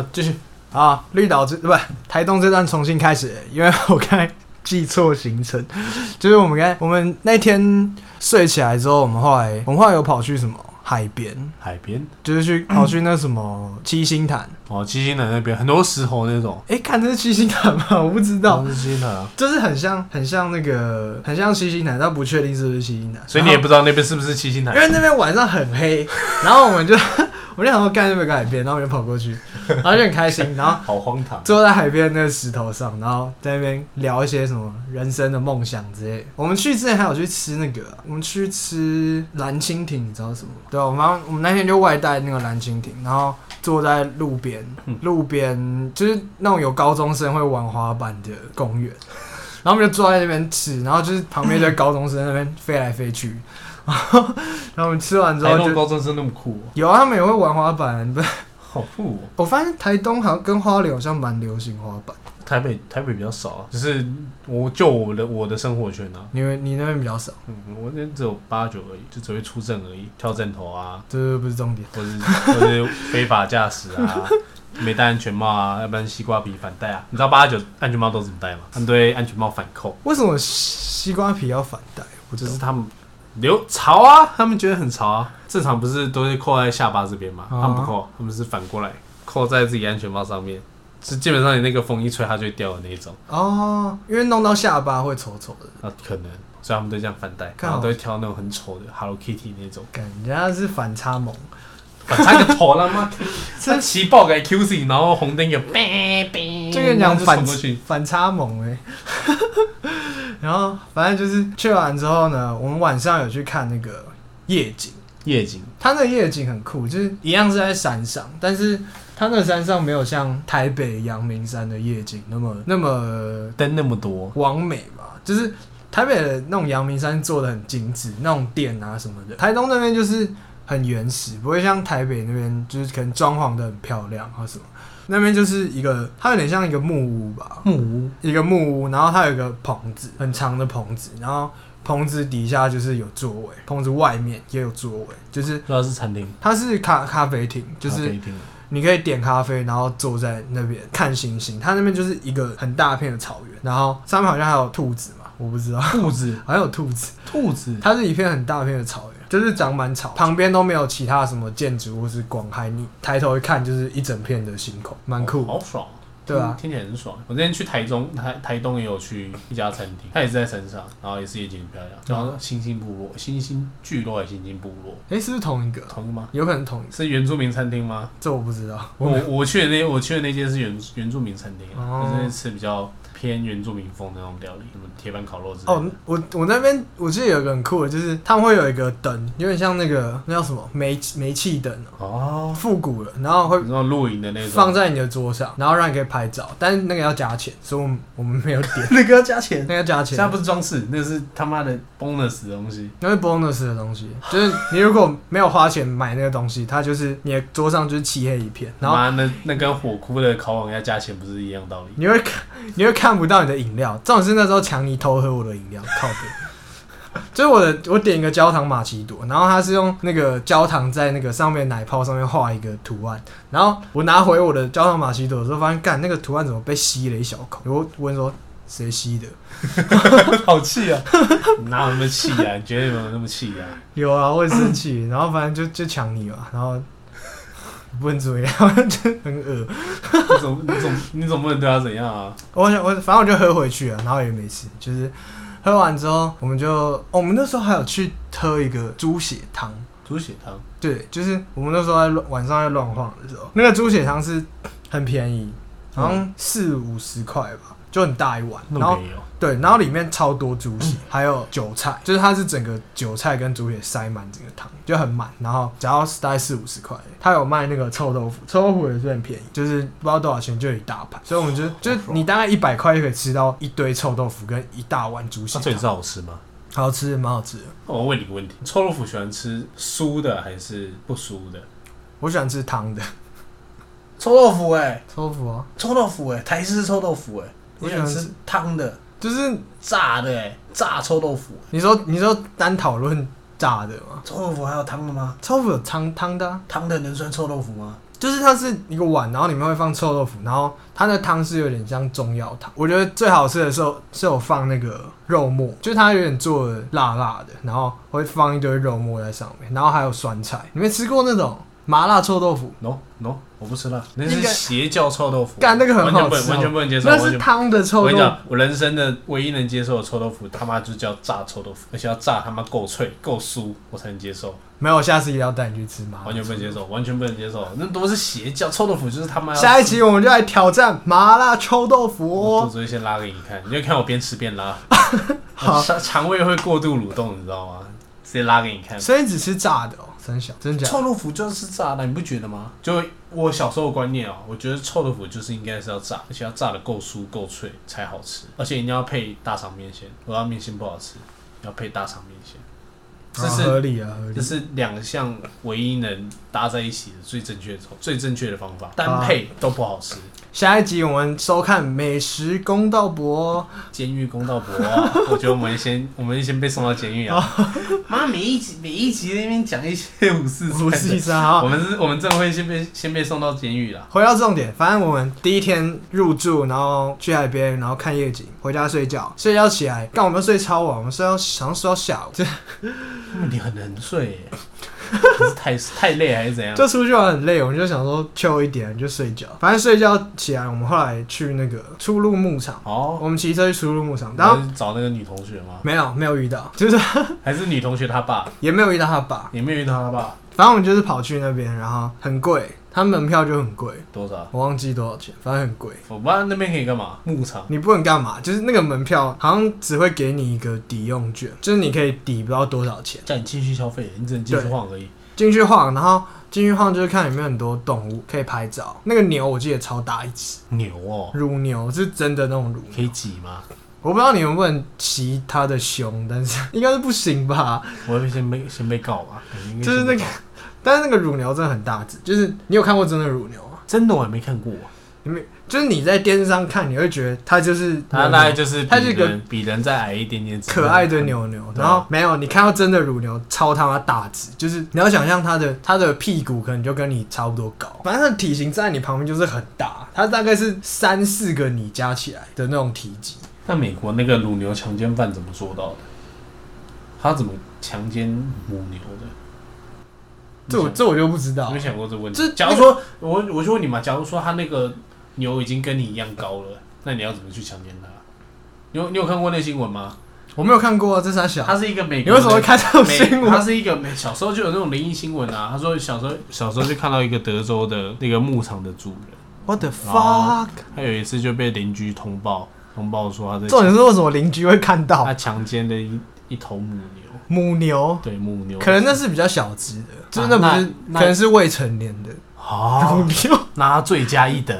B: 啊？继续，
A: 啊，绿岛这不台东这段重新开始，因为我刚才记错行程， 就是我们刚才我们那天睡起来之后，我们后来我们后来有跑去什么海边，
B: 海边
A: 就是去跑去那什么七星潭，
B: 哦，七星潭那边很多石头那种，
A: 诶，看这是七星潭吗？我不知道
B: 都。是七星潭啊，
A: 就是很像，很像那个，很像七星潭，但不确定是不是七星潭。
B: 所以你也
A: 然
B: 不知道那边是不是七星
A: 后
B: 潭
A: 因。为那边晚上很 黑，然后我们就， 我就想说干那边有个海边，然后我们就跑过去，然后就很开心，然后
B: 好荒唐，啊
A: 坐在海边那个石头上，然后在那边聊一些什么人生的梦想之类的。我们去之前还有去吃那个，我们去吃蓝蜻蜓，你知道什么吗？对，我们好像我们那天就外带那个蓝蜻蜓，然后坐在路边，
B: 嗯
A: 路边就是那种有高中生会玩滑板的公园，然后我们就坐在那边吃，然后就是旁边一堆高中生在那边飞来飞去，然后然后我们吃完之
B: 台
A: 后
B: 东
A: 就。
B: 高中生那么酷、哦，
A: 有啊，他们也会玩滑板。不是，
B: 好酷、哦。
A: 我发现台东好像跟花莲好像蛮流行滑板，
B: 台北台北比较少、啊，只是我就我的我的生活圈啊，
A: 你们你那边比较少。
B: 嗯，我那只有八九而已，就只会出证而已，跳枕头啊，
A: 这不是重点。
B: 或是或是非法驾驶啊， 没戴安全帽啊，要不然西瓜皮反戴啊。你知道八九安全帽都怎么戴吗？他们对安全帽反扣，
A: 为什么西瓜皮要反戴？我
B: 就
A: 就是是
B: 他们流潮啊，他们觉得很潮啊。正常不是都是扣在下巴这边吗？
A: 啊
B: 他们不扣，他们是反过来扣在自己安全帽上面，是基本上你那个风一吹它就会掉的那一种。
A: 哦，因为弄到下巴会丑丑的。
B: 啊，可能，所以他们都这样反戴，
A: 看
B: 然
A: 好
B: 后都会挑那种很丑的 Hello Kitty 那种，
A: 感人家是反差萌，
B: 反差个头他妈，
A: 这
B: 这骑爆给 QC，然后红灯给 bang bang，
A: 就跟你讲
B: 然后就
A: 反
B: 冲过去，
A: 反差萌哎、 然后反正就是去完之后呢，我们晚上有去看那个夜景，
B: 夜景
A: 它那个夜景很酷，就是一样是在山上，但是它那个山上没有像台北阳明山的夜景那么那么
B: 灯那么多，
A: 完美吧，就是台北的那种阳明山做的很精致，那种店啊什么的。台东那边就是很原始，不会像台北那边就是可能装潢的很漂亮或什么。那边就是一个，它有点像一个木屋吧，
B: 木屋
A: 一个木屋，然后它有一个棚子，很长的棚子，然后棚子底下就是有座位，棚子外面也有座位，就是
B: 主要是餐厅，
A: 它是咖咖啡厅，就
B: 咖
A: 是
B: 啡厅
A: 你可以点咖啡，然后坐在那边看星星。它那边就是一个很大片的草原，然后上面好像还有兔子嘛，我不知道，
B: 兔子，
A: 好像有兔子。
B: 兔子，
A: 它是一片很大片的草原，就是长满草，旁边都没有其他什么建筑或是广海，你抬头一看就是一整片的星空，蛮酷。
B: 好爽。
A: 对啊
B: 听听起来很爽。我之前去台中、台台东也有去一家餐厅，它也是在山上，然后也是夜景很漂亮，
A: 啊
B: 叫星星部落、星星聚落、还是星星部落，
A: 诶，是不是同一个？
B: 同意吗？
A: 有可能同一个，
B: 是原住民餐厅吗？
A: 这我不知道。
B: 我
A: 我
B: 我去的那我去的那间是原原住民餐厅啊，
A: 哦
B: 就是吃比较偏原住民风的那种料理，什么铁板烤肉之类的。
A: 哦，我我那边我记得有一个很酷的，就是他们会有一个灯，有点像那个那叫什么煤煤气灯哦，
B: 哦，
A: 复古了，然后会
B: 那种露营的那种，
A: 放在你的桌上，然后让你可以拍照，但是那个要加钱，所以我们我们没有 点那个要加钱，那个要加
B: 现
A: 钱
B: 在，不是装饰，那是他妈的 bonus 的东西。
A: 那是 bonus 的东西，就是你如果没有花钱买那个东西，它就是你的桌上就是漆黑一片，然后
B: 妈，那那跟火锅的烤网要加钱不是一样 道理？
A: 你会 看你会看不到你的饮料，这种是那时候强尼偷喝我的饮料，靠背。 就是我的，我点一个焦糖玛奇朵，然后它是用那个焦糖在那个上面奶泡上面画一个图案，然后我拿回我的焦糖玛奇朵的时候，发现干那个图案怎么被吸了一小口，我问说谁吸的？
B: 好气啊！哪有那么气啊？你绝对没有那么气啊！
A: 有啊，我也生气，然后反正就就抢你嘛，然后不能怎么样，就很恶。
B: 你总你总你总不能对他怎样啊？
A: 我想我反正我就喝回去了，然后也没事，就是喝完之后，我们就、哦我们那时候还有去喝一个猪血汤，
B: 猪血汤
A: 对，就是我们那时候在乱晚上在乱晃的时候，那个猪血汤是很便宜，好像四五十块吧，就很大一碗，
B: 那
A: 然
B: 么
A: 后
B: 便宜哦，
A: 对，然后里面超多猪血，还有韭菜，就是它是整个韭菜跟猪血塞满整个汤，就很满。然后只要大概四五十块，它有卖那个臭豆腐，臭豆腐也是很便宜，就是不知道多少钱就有一大盘，所以我们就就是你大概一百块就可以吃到一堆臭豆腐跟一大碗猪血
B: 那所以
A: 汤，
B: 是好吃吗？
A: 好吃，蛮好吃的。
B: 那哦我问你个问题：臭豆腐喜欢吃酥的还是不酥的？
A: 我喜欢吃汤的
C: 臭豆腐哎、
A: 臭豆腐啊，
C: 臭豆腐哎、台式臭豆腐哎、
A: 我
C: 我
A: 喜欢
C: 想
A: 吃
C: 吃汤的、
A: 就是
C: 炸的哎、炸臭豆腐、
A: 你说你说单讨论炸的嘛，
C: 臭豆腐还有汤的吗？
A: 臭豆腐有汤汤的、啊，
C: 汤的能算臭豆腐吗？
A: 就是它是一个碗，然后里面会放臭豆腐，然后它的汤是有点像中药汤。我觉得最好吃的时候是有放那个肉末，就是它有点做的辣辣的，然后会放一堆肉末在上面，然后还有酸菜。你没吃过那种麻辣臭豆腐？
B: no no，我不吃辣，那
A: 应
B: 是
A: 该
B: 邪教臭豆腐，
A: 干那个很好
B: 完全
A: 吃哦
B: 不完全不能接受，
A: 那
B: 完
A: 是
B: 全。
A: 汤的
B: 我
A: 臭
B: 跟
A: 豆腐。
B: 你讲，我人生的唯一能接受的臭豆腐，他妈就叫炸臭豆腐，而且要炸他妈够脆够酥，我才能接受，
A: 没有，我下次一定要带你去吃麻
B: 完
A: 辣
B: 全。不能接受，完全不能接受，那都是邪教臭豆腐，就是他妈要
A: 下一集我们就来挑战麻辣臭豆腐
B: 我
A: 哦。
B: 肚子会先拉给你看，你就看我边吃边拉，肠肠胃会过度蠕动，你知道吗？直接拉给你看。
A: 所以只吃炸的哦，真小真假？
B: 臭豆腐就是炸的，你不觉得吗？就我小时候的观念哦、我觉得臭豆腐就是应该是要炸，而且要炸的够酥够脆才好吃，而且一定要配大肠面线。我要面线不好吃，要配大肠面线，这
A: 啊
B: 是
A: 合理啊，合理
B: 这。是两项唯一能搭在一起的最正确的最正确的方
A: 啊
B: 法，单配都不好吃。
A: 下一集我们收看美食公道博、哦。
B: 监狱公道博、啊， 我觉得我们先我们先被送到监狱啊！妈，每一集每一集那边讲一些五四
A: 不是三啊
B: 我。们是我们真的会先被先被送到监狱啦。
A: 回到重点，反正我们第一天入住，然后去海边，然后看夜景，回家睡觉，睡觉起来，但我们睡超晚，我们睡到好 像睡到下午，就
B: 嗯你很能睡耶，你是太太累还是怎样？
A: 就出去玩很累，我们就想说 chill 一点就睡觉。反正睡觉起来，我们后来去那个初鹿牧场，
B: 哦，
A: 我们骑车去初鹿牧场，然
B: 然
A: 后
B: 后找那个女同学吗？
A: 没有没有遇到，就是
B: 还是女同学她爸？
A: 也没有遇到他爸，
B: 你没有遇到她爸？
A: 反正我们就是跑去那边，然后很贵，他门票就很贵，
B: 多少？
A: 我忘记多少钱，反正很贵。
B: 我不知道那边可以干嘛？牧场
A: 你不能干嘛？就是那个门票好像只会给你一个抵用券，就是你可以抵不到多少钱
B: 叫你进去消费，你只能进去晃而已。
A: 进去晃，然后进去晃就是看有没有很多动物可以拍照。那个牛我记得超大一只，
B: 牛哦，
A: 乳牛是真的那种乳牛
B: 可以挤吗？
A: 我不知道你能不能骑它的胸，但是应该是不行吧？
B: 我会不会先被先被告吧？感觉应该
A: 就是
B: 先被
A: 那个
B: 告，
A: 但是那个乳牛真的很大只，就是你有看过真的乳牛吗？
B: 真的我还没看过啊。
A: 你没就是你在电视上看，你会觉得它就是
B: 它大概就是
A: 它
B: 比
A: 是一个
B: 人比人再矮一点点，
A: 可爱的牛牛，然后没有你看到真的乳牛超他妈大只，就是你要想象它的它的屁股可能就跟你差不多高，反正它的体型在你旁边就是很大，它大概是三四个你加起来的那种体积。
B: 那美国那个乳牛强奸犯怎么做到的？他怎么强奸母牛的？
A: 这我这我就不知
B: 你
A: 道
B: 没，想过这个问
A: 这
B: 题？假如说我我就问你嘛，假如说他那个牛已经跟你一样高了，那你要怎么去强奸它？你有你有看过那新闻吗？
A: 我没有看过啊，这三小，
B: 他是一个美
A: 你
B: 国
A: 为
B: 的，
A: 什么会看这种新
B: 美，他
A: 闻？
B: 是一个美，小时候就有那种灵异新闻啊。他说小时候小时候就看到一个德州的那个牧场的主人，
A: 我的
B: 哦
A: fuck！
B: 他有一次就被邻居通报通报说他在
A: 重点是为什么邻居会看到
B: 他强奸了一一头母牛，
A: 母牛？
B: 对母牛，
A: 可能那是比较小只的，真的不
B: 啊那
A: 是，
B: 那哦
A: 可能是未成年的
B: 好
A: 母牛。
B: 那他罪加一等。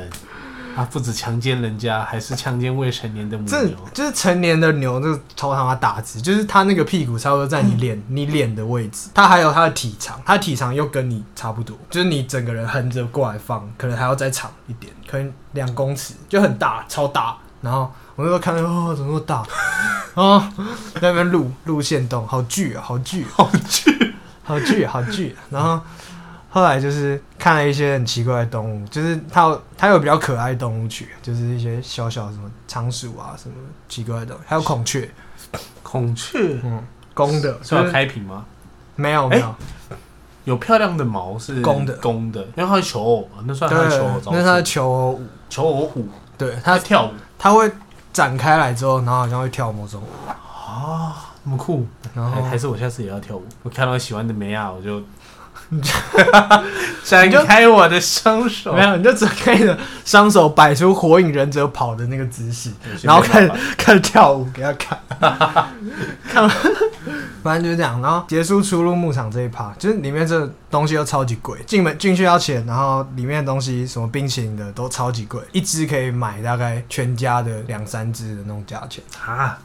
B: 他不止强奸人家，还是强奸未成年的母
A: 这
B: 牛。
A: 就是成年的牛，那个超他妈大只，就是它那个屁股差不多在你脸、你脸的位置，它还有它的体长，它体长又跟你差不多，就是你整个人横着过来放，可能还要再长一点，可能两公尺，就很大，超大。然后我那时候看到，哦，怎么那么大？哦，在那边录录线动，好巨啊，好巨、好巨，好巨，哦好巨。然后后来就是看了一些很奇怪的动物，就是它有它有比较可爱的动物区，就是一些小小的什么仓鼠啊，什么奇怪的东西，还有孔雀，
B: 孔雀
A: 嗯，公的，
B: 是
A: 就
B: 要
A: 是
B: 开屏吗？
A: 没有没有，
B: 有漂亮的毛是
A: 公的
B: 公的，因为它是求偶嘛，那算它
A: 对
B: 的求偶，
A: 那是它的求偶舞，
B: 求偶虎，
A: 对它
B: 它跳舞
A: 它会展开来之后，然后好像会跳某种舞，
B: 啊，那么酷。
A: 然后
B: 还还是我下次也要跳舞。我看到喜欢的梅亚，我 就展开我的双手
A: 没有，你就只可以的双手摆出火影忍者跑的那个姿势，然后开
B: 看
A: 始 开始跳舞给他看， 看完，反正就是这样。然后结束出入牧场这一趴，就是里面这东西都超级贵，进门进去要钱，然后里面的东西什么冰淇淋的都超级贵，一只可以买大概全家的两三只的那种价钱，
B: 啊，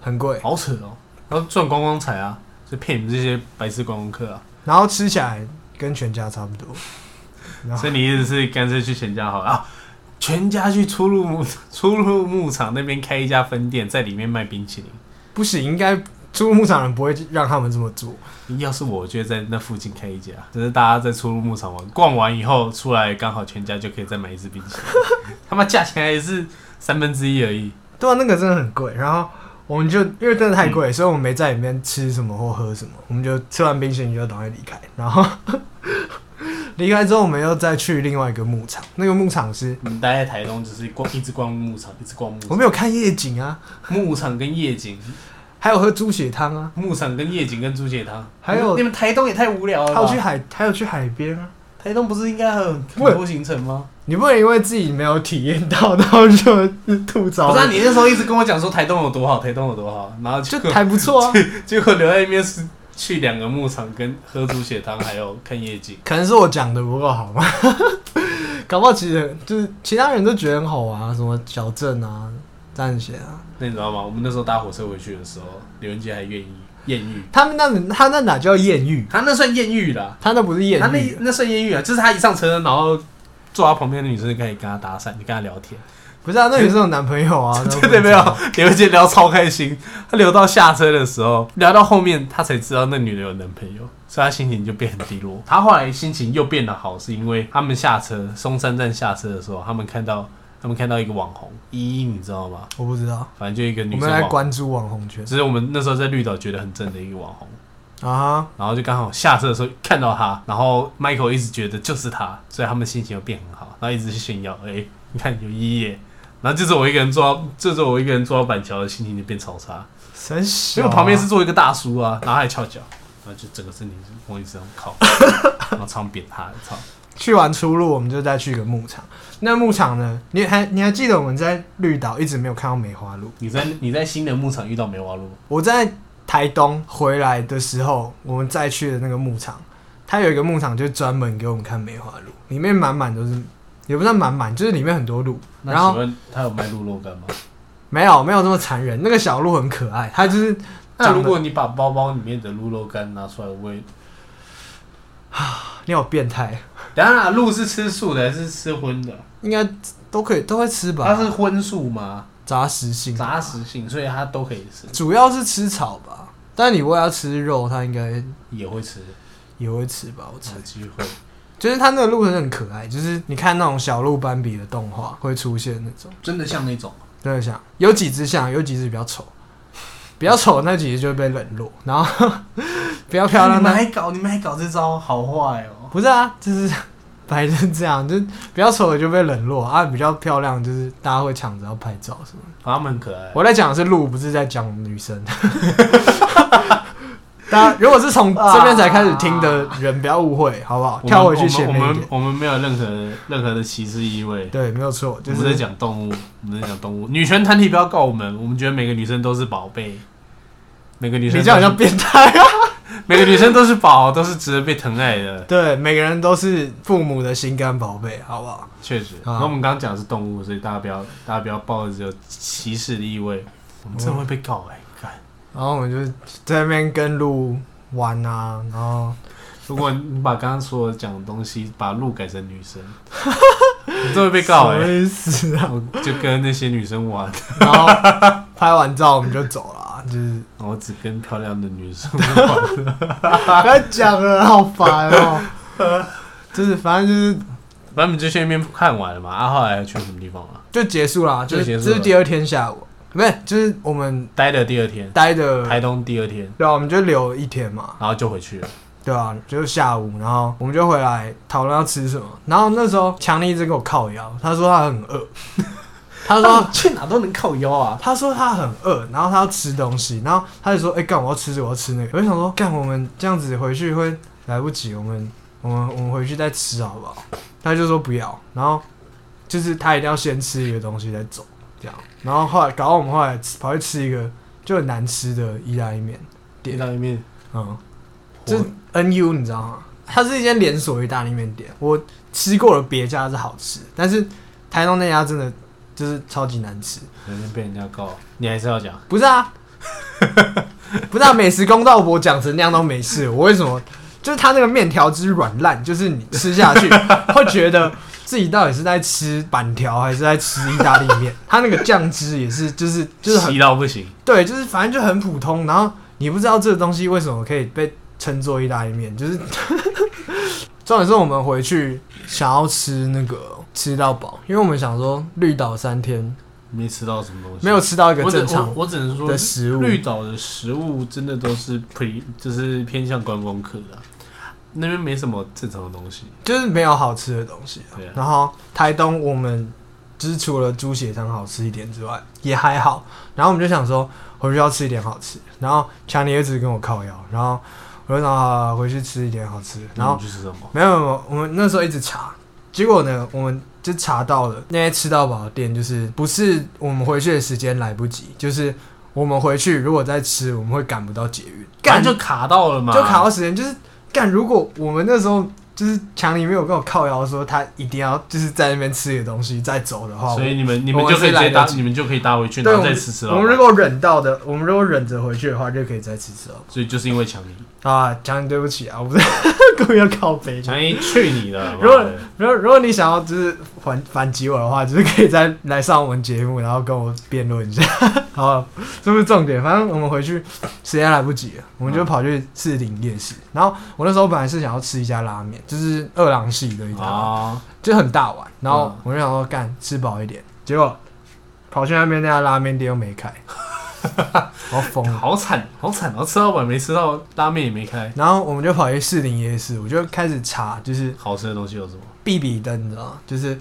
A: 很贵。
B: 好扯哦。然后赚观光财啊，就骗你们这些白痴观光客啊。
A: 然后吃起来跟全家差不多，然后
B: 所以你意思是干脆去全家好了啊？全家去出入牧出入牧场那边开一家分店，在里面卖冰淇
A: 不行，应该出入牧场人不会让他们这么做。
B: 淋。要是我，我就会在那附近开一家，就是大家在出入牧场玩逛完以后出来，刚好全家就可以再买一支冰淇淋。 他妈价钱还是三分之一而已。
A: 对啊，那个真的很贵。然后我们就因为真的太贵，
B: 嗯
A: 所以我们没在里面吃什么或喝什么，我们就吃完冰淇淋就赶快离开。然后 离开之后，我们又再去另外一个牧场，那个牧场是
B: 你待在台东就是逛，一直逛牧场，一直逛牧
A: 我
B: 场。
A: 们有看夜景啊，
B: 牧场跟夜景，
A: 还有喝猪血汤啊，
B: 牧场跟夜景跟猪血汤，
A: 还有
B: 你们你们台东也太无聊了
A: 还有去
B: 吧。
A: 海，还有去海边啊。
B: 台东不是应该很
A: 不是
B: 很多行程吗？
A: 你不能因为自己没有体验到，然后就吐槽。
B: 不是、啊，你那时候一直跟我讲说台东有多好，台东有多好，然后
A: 就
B: 就
A: 还不错啊。
B: 结果留在那边是去两个牧场跟喝猪血汤，还有看夜景。
A: 可能是我讲的不够好嘛， 搞不好其实就是其他人都觉得很好玩啊，什么小镇啊、战险啊。
B: 那你知道吗？我们那时候搭火车回去的时候，刘文杰还愿意艳遇，
A: 他们那他那哪叫艳遇？
B: 他那算艳遇啦，
A: 他那不是艳
B: 他
A: 遇
B: 那，那算艳遇啊，就是他一上车，然后坐他旁边的女生就开始跟他搭讪，就跟他聊天。
A: 不是啊，那女生有男朋友啊，
B: 对对，没有，刘文杰聊超开心。他聊到下车的时候，聊到后面，他才知道那女的有男朋友，所以他心情就变很低落。他后来心情又变得好，是因为他们下车，松山站下车的时候，他们看到他们看到一个网红依依，你知道吗？
A: 我不知道。
B: 反正就一个
A: 我
B: 女
A: 们
B: 生
A: 来
B: 网红，
A: 关注网红圈
B: 只是我们那时候在绿岛觉得很正的一个网红。
A: 啊，
B: 然后就刚好下车的时候看到他，然后 Michael 一直觉得就是他，所以他们心情又变很好，然后一直去炫耀，哎、你看有依依耶。然后就是我一个人坐到，就是我一个人坐到板桥的心情就变超差。
A: 神奇、
B: 因为我旁边是坐一个大叔啊，然后还翘脚，然后就整个身体是往你身上靠，然后常扁他，操！
A: 去完出路，我们就再去一个牧场。那牧场呢？你还你还记得我们在绿岛一直没有看到梅花鹿？
B: 你在你在新的牧场遇到梅花鹿，
A: 我在台东回来的时候，我们再去的那个牧场，它有一个牧场就专门给我们看梅花鹿，里面满满都是，也不算满满，就是里面很多鹿。
B: 那
A: 然后
B: 请问他有卖鹿肉干吗？
A: 没有没有这么残忍，那个小鹿很可爱，它就是
B: 那
A: 长得
B: 如果你把包包里面的鹿肉干拿出来喂，
A: 你好变态，
B: 当然鹿是吃素的还是吃荤的？
A: 应该都可以都会吃
B: 它
A: 吧，
B: 是荤素吗？
A: 杂食性，
B: 杂食性，所以它都可以吃，
A: 主要是吃草吧。但你如果要吃肉，它应该
B: 也会吃，
A: 也会吃吧，我猜
B: 有。机会。
A: 就是它那个路程很可爱，就是你看那种小鹿斑比的动画会出现那种，
C: 真的像那种，
A: 真的像有几只像，有几只比较丑，比较丑的那几只就会被冷落，然后 比较漂亮
C: 你们
A: 的
C: 还搞，你们还搞这招，好坏哦。
A: 不是啊，就是 反正这样，就是比较丑的就被冷落啊，比较漂亮就是大家会抢着要拍照什么的。
B: 它们很可爱，
A: 我在讲的是鹿，不是在讲女生。 大家如果是从这边才开始听的人，不要误会，好不好？
B: 我们
A: 跳回去前面
B: 我
A: 一
B: 们
A: 点。
B: 我们我们没有任何任何的歧视意味。
A: 对，没有错，就
B: 我们在
A: 是
B: 讲动物，我们在讲动物。女权团体不要告我们，我们觉得每个女生都是宝贝，每个女生
A: 你
B: 都
A: 这样好像变态啊。
B: 每个女生都是宝，都是值得被疼爱的，
A: 对，每个人都是父母的心肝宝贝，好不好？
B: 确实。
A: 啊
B: 那、我们刚刚讲的是动物，所以大家不要大家不要抱着有歧视的意味，我们真的会被告哎、干
A: 然后我们就在那边跟鹿玩啊，然后
B: 如果你把刚刚所有讲的东西，把鹿改成 女生，你都会被告哎、
A: 什么意思啊？
B: 我就跟那些女生玩，
A: 然后拍完照我们就走了啊，就是。
B: 然后只跟漂亮的女生 玩。
A: 不要讲了，好烦 哦、就是反正就是
B: 反正我们就去那边看完了嘛，啊，后来还去什么地方啊了？
A: 就结束啦，
B: 就
A: 就是
B: 结束
A: 这是
B: 了
A: 第二天下午，不是就是我们
B: 待了第二天，
A: 待的，
B: 台东第二天，
A: 对啊，我们就留一天嘛，
B: 然后就回去了。
A: 对啊，就是下午，然后我们就回来讨论要吃什么，然后那时候强力一直给我靠腰，他说他很饿， 他说
C: 啊，去哪都能靠腰啊。
A: 他说他很饿，然后他要吃东西，然后他就说：“哎、干，我要吃这个，我要吃那个。”我就想说，干，我们这样子回去会来不及，我们我们我们回去再吃好不好？他就说不要，然后就是他一定要先吃一个东西再走，这样。然后后来搞到我们后来吃跑去吃一个就很难吃的意大利面，
B: 意大利面，
A: 嗯，就是 NU 你知道吗？它是一间连锁意大利面店，我吃过了别家是好吃，但是台东那家真的就是超级难吃。
B: 有点被人家告，你还是要讲。
A: 不是啊，不是啊，美食公道我讲成那样都没事，我为什么？就是它那个面条之软烂，就是你吃下去会觉得自己到底是在吃板条还是在吃意大利面。它那个酱汁也是，就是就是很
B: 稀到不行，
A: 对，就是反正就很普通。然后你不知道这个东西为什么可以被称作意大利面，就是 重点是我们回去想要吃那个吃到饱，因为我们想说绿岛三天
B: 没吃到什么东西，
A: 没有吃到一个
B: 我只
A: 正常
B: 我我只能说
A: 的食物。
B: 绿岛的食物真的都是 pre 就是偏向观光客的啊、那边没什么正常的东西。
A: 就是没有好吃的东西、啊
B: 对啊。
A: 然后台东我们就是除了猪血汤好吃一点之外，也还好。然后我们就想说回去要吃一点好吃，然后强尼一直跟我靠腰，然后我就想好好好回去吃一点好吃。然后
B: 你去吃什么？
A: 没有没有没有，我们那时候一直查，结果呢，我们就查到了那些吃到饱的店，就是不是我们回去的时间来不及，就是我们回去如果再吃，我们会赶不到捷运，
B: 干就卡到了嘛，
A: 就卡到时间，就是干。如果我们那时候就是强尼没有跟我靠腰说他一定要就是在那边吃一个东西再走的话，
B: 所以
A: 我
B: 你们你
A: 我
B: 们
A: 们
B: 就可以
A: 是
B: 直
A: 来
B: 接
A: 得
B: 搭，
A: 及
B: 你们就可以搭回去，
A: 对
B: 然
A: 我
B: 后
A: 们
B: 再吃吃到
A: 我
B: 饱
A: 们如果忍到的，我们如果忍着回去的话，就可以再吃吃到
B: 所以就是因为强尼，
A: 饱啊。强尼，对不起啊，我不是 故意要靠背。
B: 强尼去你的，
A: 如果
B: 妈的
A: 如果如果你想要就是反反击我的话，就是可以再来上我们节目，然后跟我辩论一下， 好吧？这不是重点，反正我们回去时间来不及了，我们就跑去士林夜市。然后我那时候本来是想要吃一家拉面，就是二郎系的一家，
B: 啊，
A: 就很大碗。然后
B: 嗯
A: 我就想说，干吃饱一点，结果跑去那边那家拉面店又没开，我要疯了。
B: 好惨好惨，然后吃到碗没吃到，拉面也没开，
A: 然后我们就跑去士林夜市，我就开始查，就是
B: 好吃的东西有什么？
A: 必比登，你知道吗？就是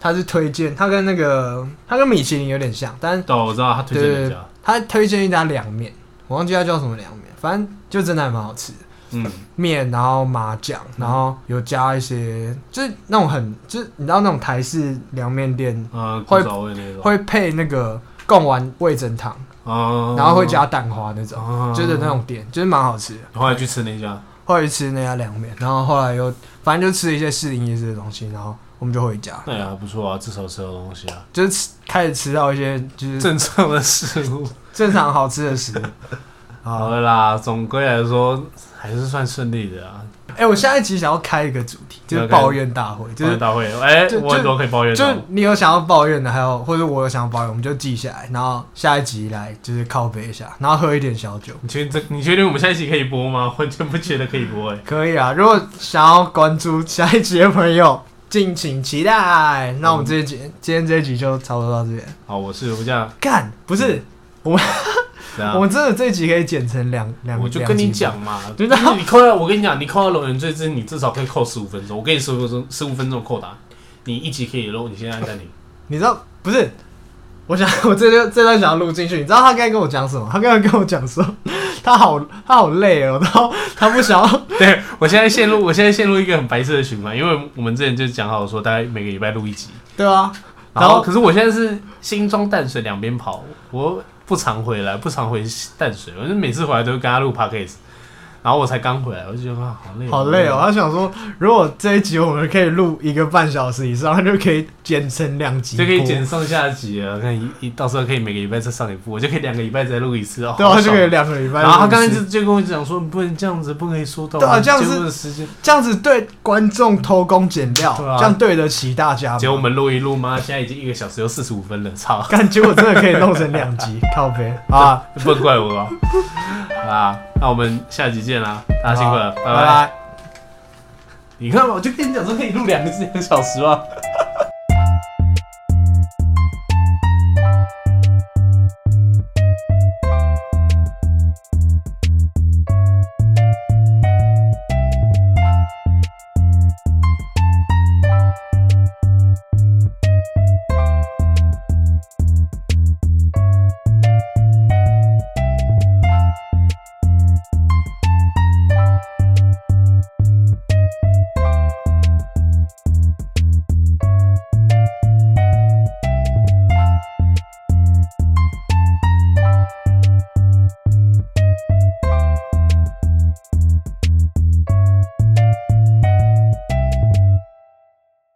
A: 他是推荐，他跟那个他跟米其林有点像，但是
B: 对，啊我知道他推荐哪家，
A: 他推荐一家凉面，我忘记他叫什么凉面，反正就真的还蛮好吃的。
B: 嗯，
A: 面，然后麻酱，然后有加一些，就是那种很，就是你知道那种台式凉面店
B: 呃，
A: 会
B: 古早味那种，
A: 会配那个贡丸味增汤，
B: 啊，
A: 然后会加蛋花那种，
B: 啊
A: 就是那种店，就是蛮好吃的。
B: 后来去吃那家，
A: 后来去吃那家凉面，然后后来又反正就吃了一些士林夜市的东西，然后我们就回家，
B: 那也还不错啊，至少吃到东西啊，
A: 就是吃开始吃到一些就是
B: 正常的食物。
A: 正常 好吃的食物。
B: 好
A: 好，
B: 了啦，总归来说还是算顺利的啊。
A: 哎、我下一集想要开一个主题，就是
B: 要开
A: 抱怨大会，就
B: 抱怨
A: 是
B: 大会，哎、
A: 就
B: 我很多可以抱怨
A: 就
B: 的
A: 是
B: 哦。
A: 你有想要抱怨的，还有或者我有想要抱怨，我们就记下来，然后下一集来就是靠背一下，然后喝一点小酒，
B: 你确定这？你确定我们下一期可以播吗？完全不觉得可以播哎、
A: 可以啊。如果想要关注下一集的朋友，敬请期待。那我们这一集、今天这一集就差不多到这边。
B: 好，我是吴酱，
A: 干，不
B: 嗯
A: 是，
B: 这样
A: 我们真的这一集可以剪成两两，
B: 我就跟你
A: 两集吧
B: 讲嘛，
A: 对
B: 就
A: 的
B: 是你扣到，我跟你讲，你扣到龙人最之，你至少可以扣十五分钟。我给你十五分钟，十五分钟扣打，你一集可以录，你现在按暂停。
A: 你知道不是？我想 我这就这段想要录进去，你知道他刚才跟我讲什么？他刚才跟我讲说，他好他好累哦，然后他不想要，
B: 对我现在陷入，我现在陷入一个很白色的循环，因为我们之前就讲好说，大概每个礼拜录一集。
A: 对啊，
B: 然
A: 然
B: 后，
A: 后
B: 可是我现在是新庄淡水两边跑，我不常回来，不常回淡水，我就每次回来都跟他录 podcast。然后我才刚回来，我就觉得啊，好累，
A: 好累哦。。他想说，如果这一集我们可以录一个半小时以上，他就可以剪成两集
B: 就
A: 播，
B: 可以剪上下集了，看一一到时候可以每个礼拜再上一部，我就可以两个礼拜再录一次哦。
A: 对啊，
B: 好
A: 他就
B: 爽
A: 可以两个礼拜录一次。
B: 然后他刚才就就跟我讲说，你不能这样子，不可以说到
A: 对啊
B: 我们
A: 这样子
B: 节目的时间。
A: 这样子对观众偷工减料，
B: 对啊
A: 这样对得起大家吗
B: 结果我们录一录嘛，现在已经一个小时又四十五分了，操！
A: 干，结果真的可以弄成两集，靠背啊！
B: 不能怪我吧？好啦，那我们下集见啦，大家辛苦了，拜
A: 拜
B: 拜。你看嘛，我就跟你讲说可以录两个两个小时吧。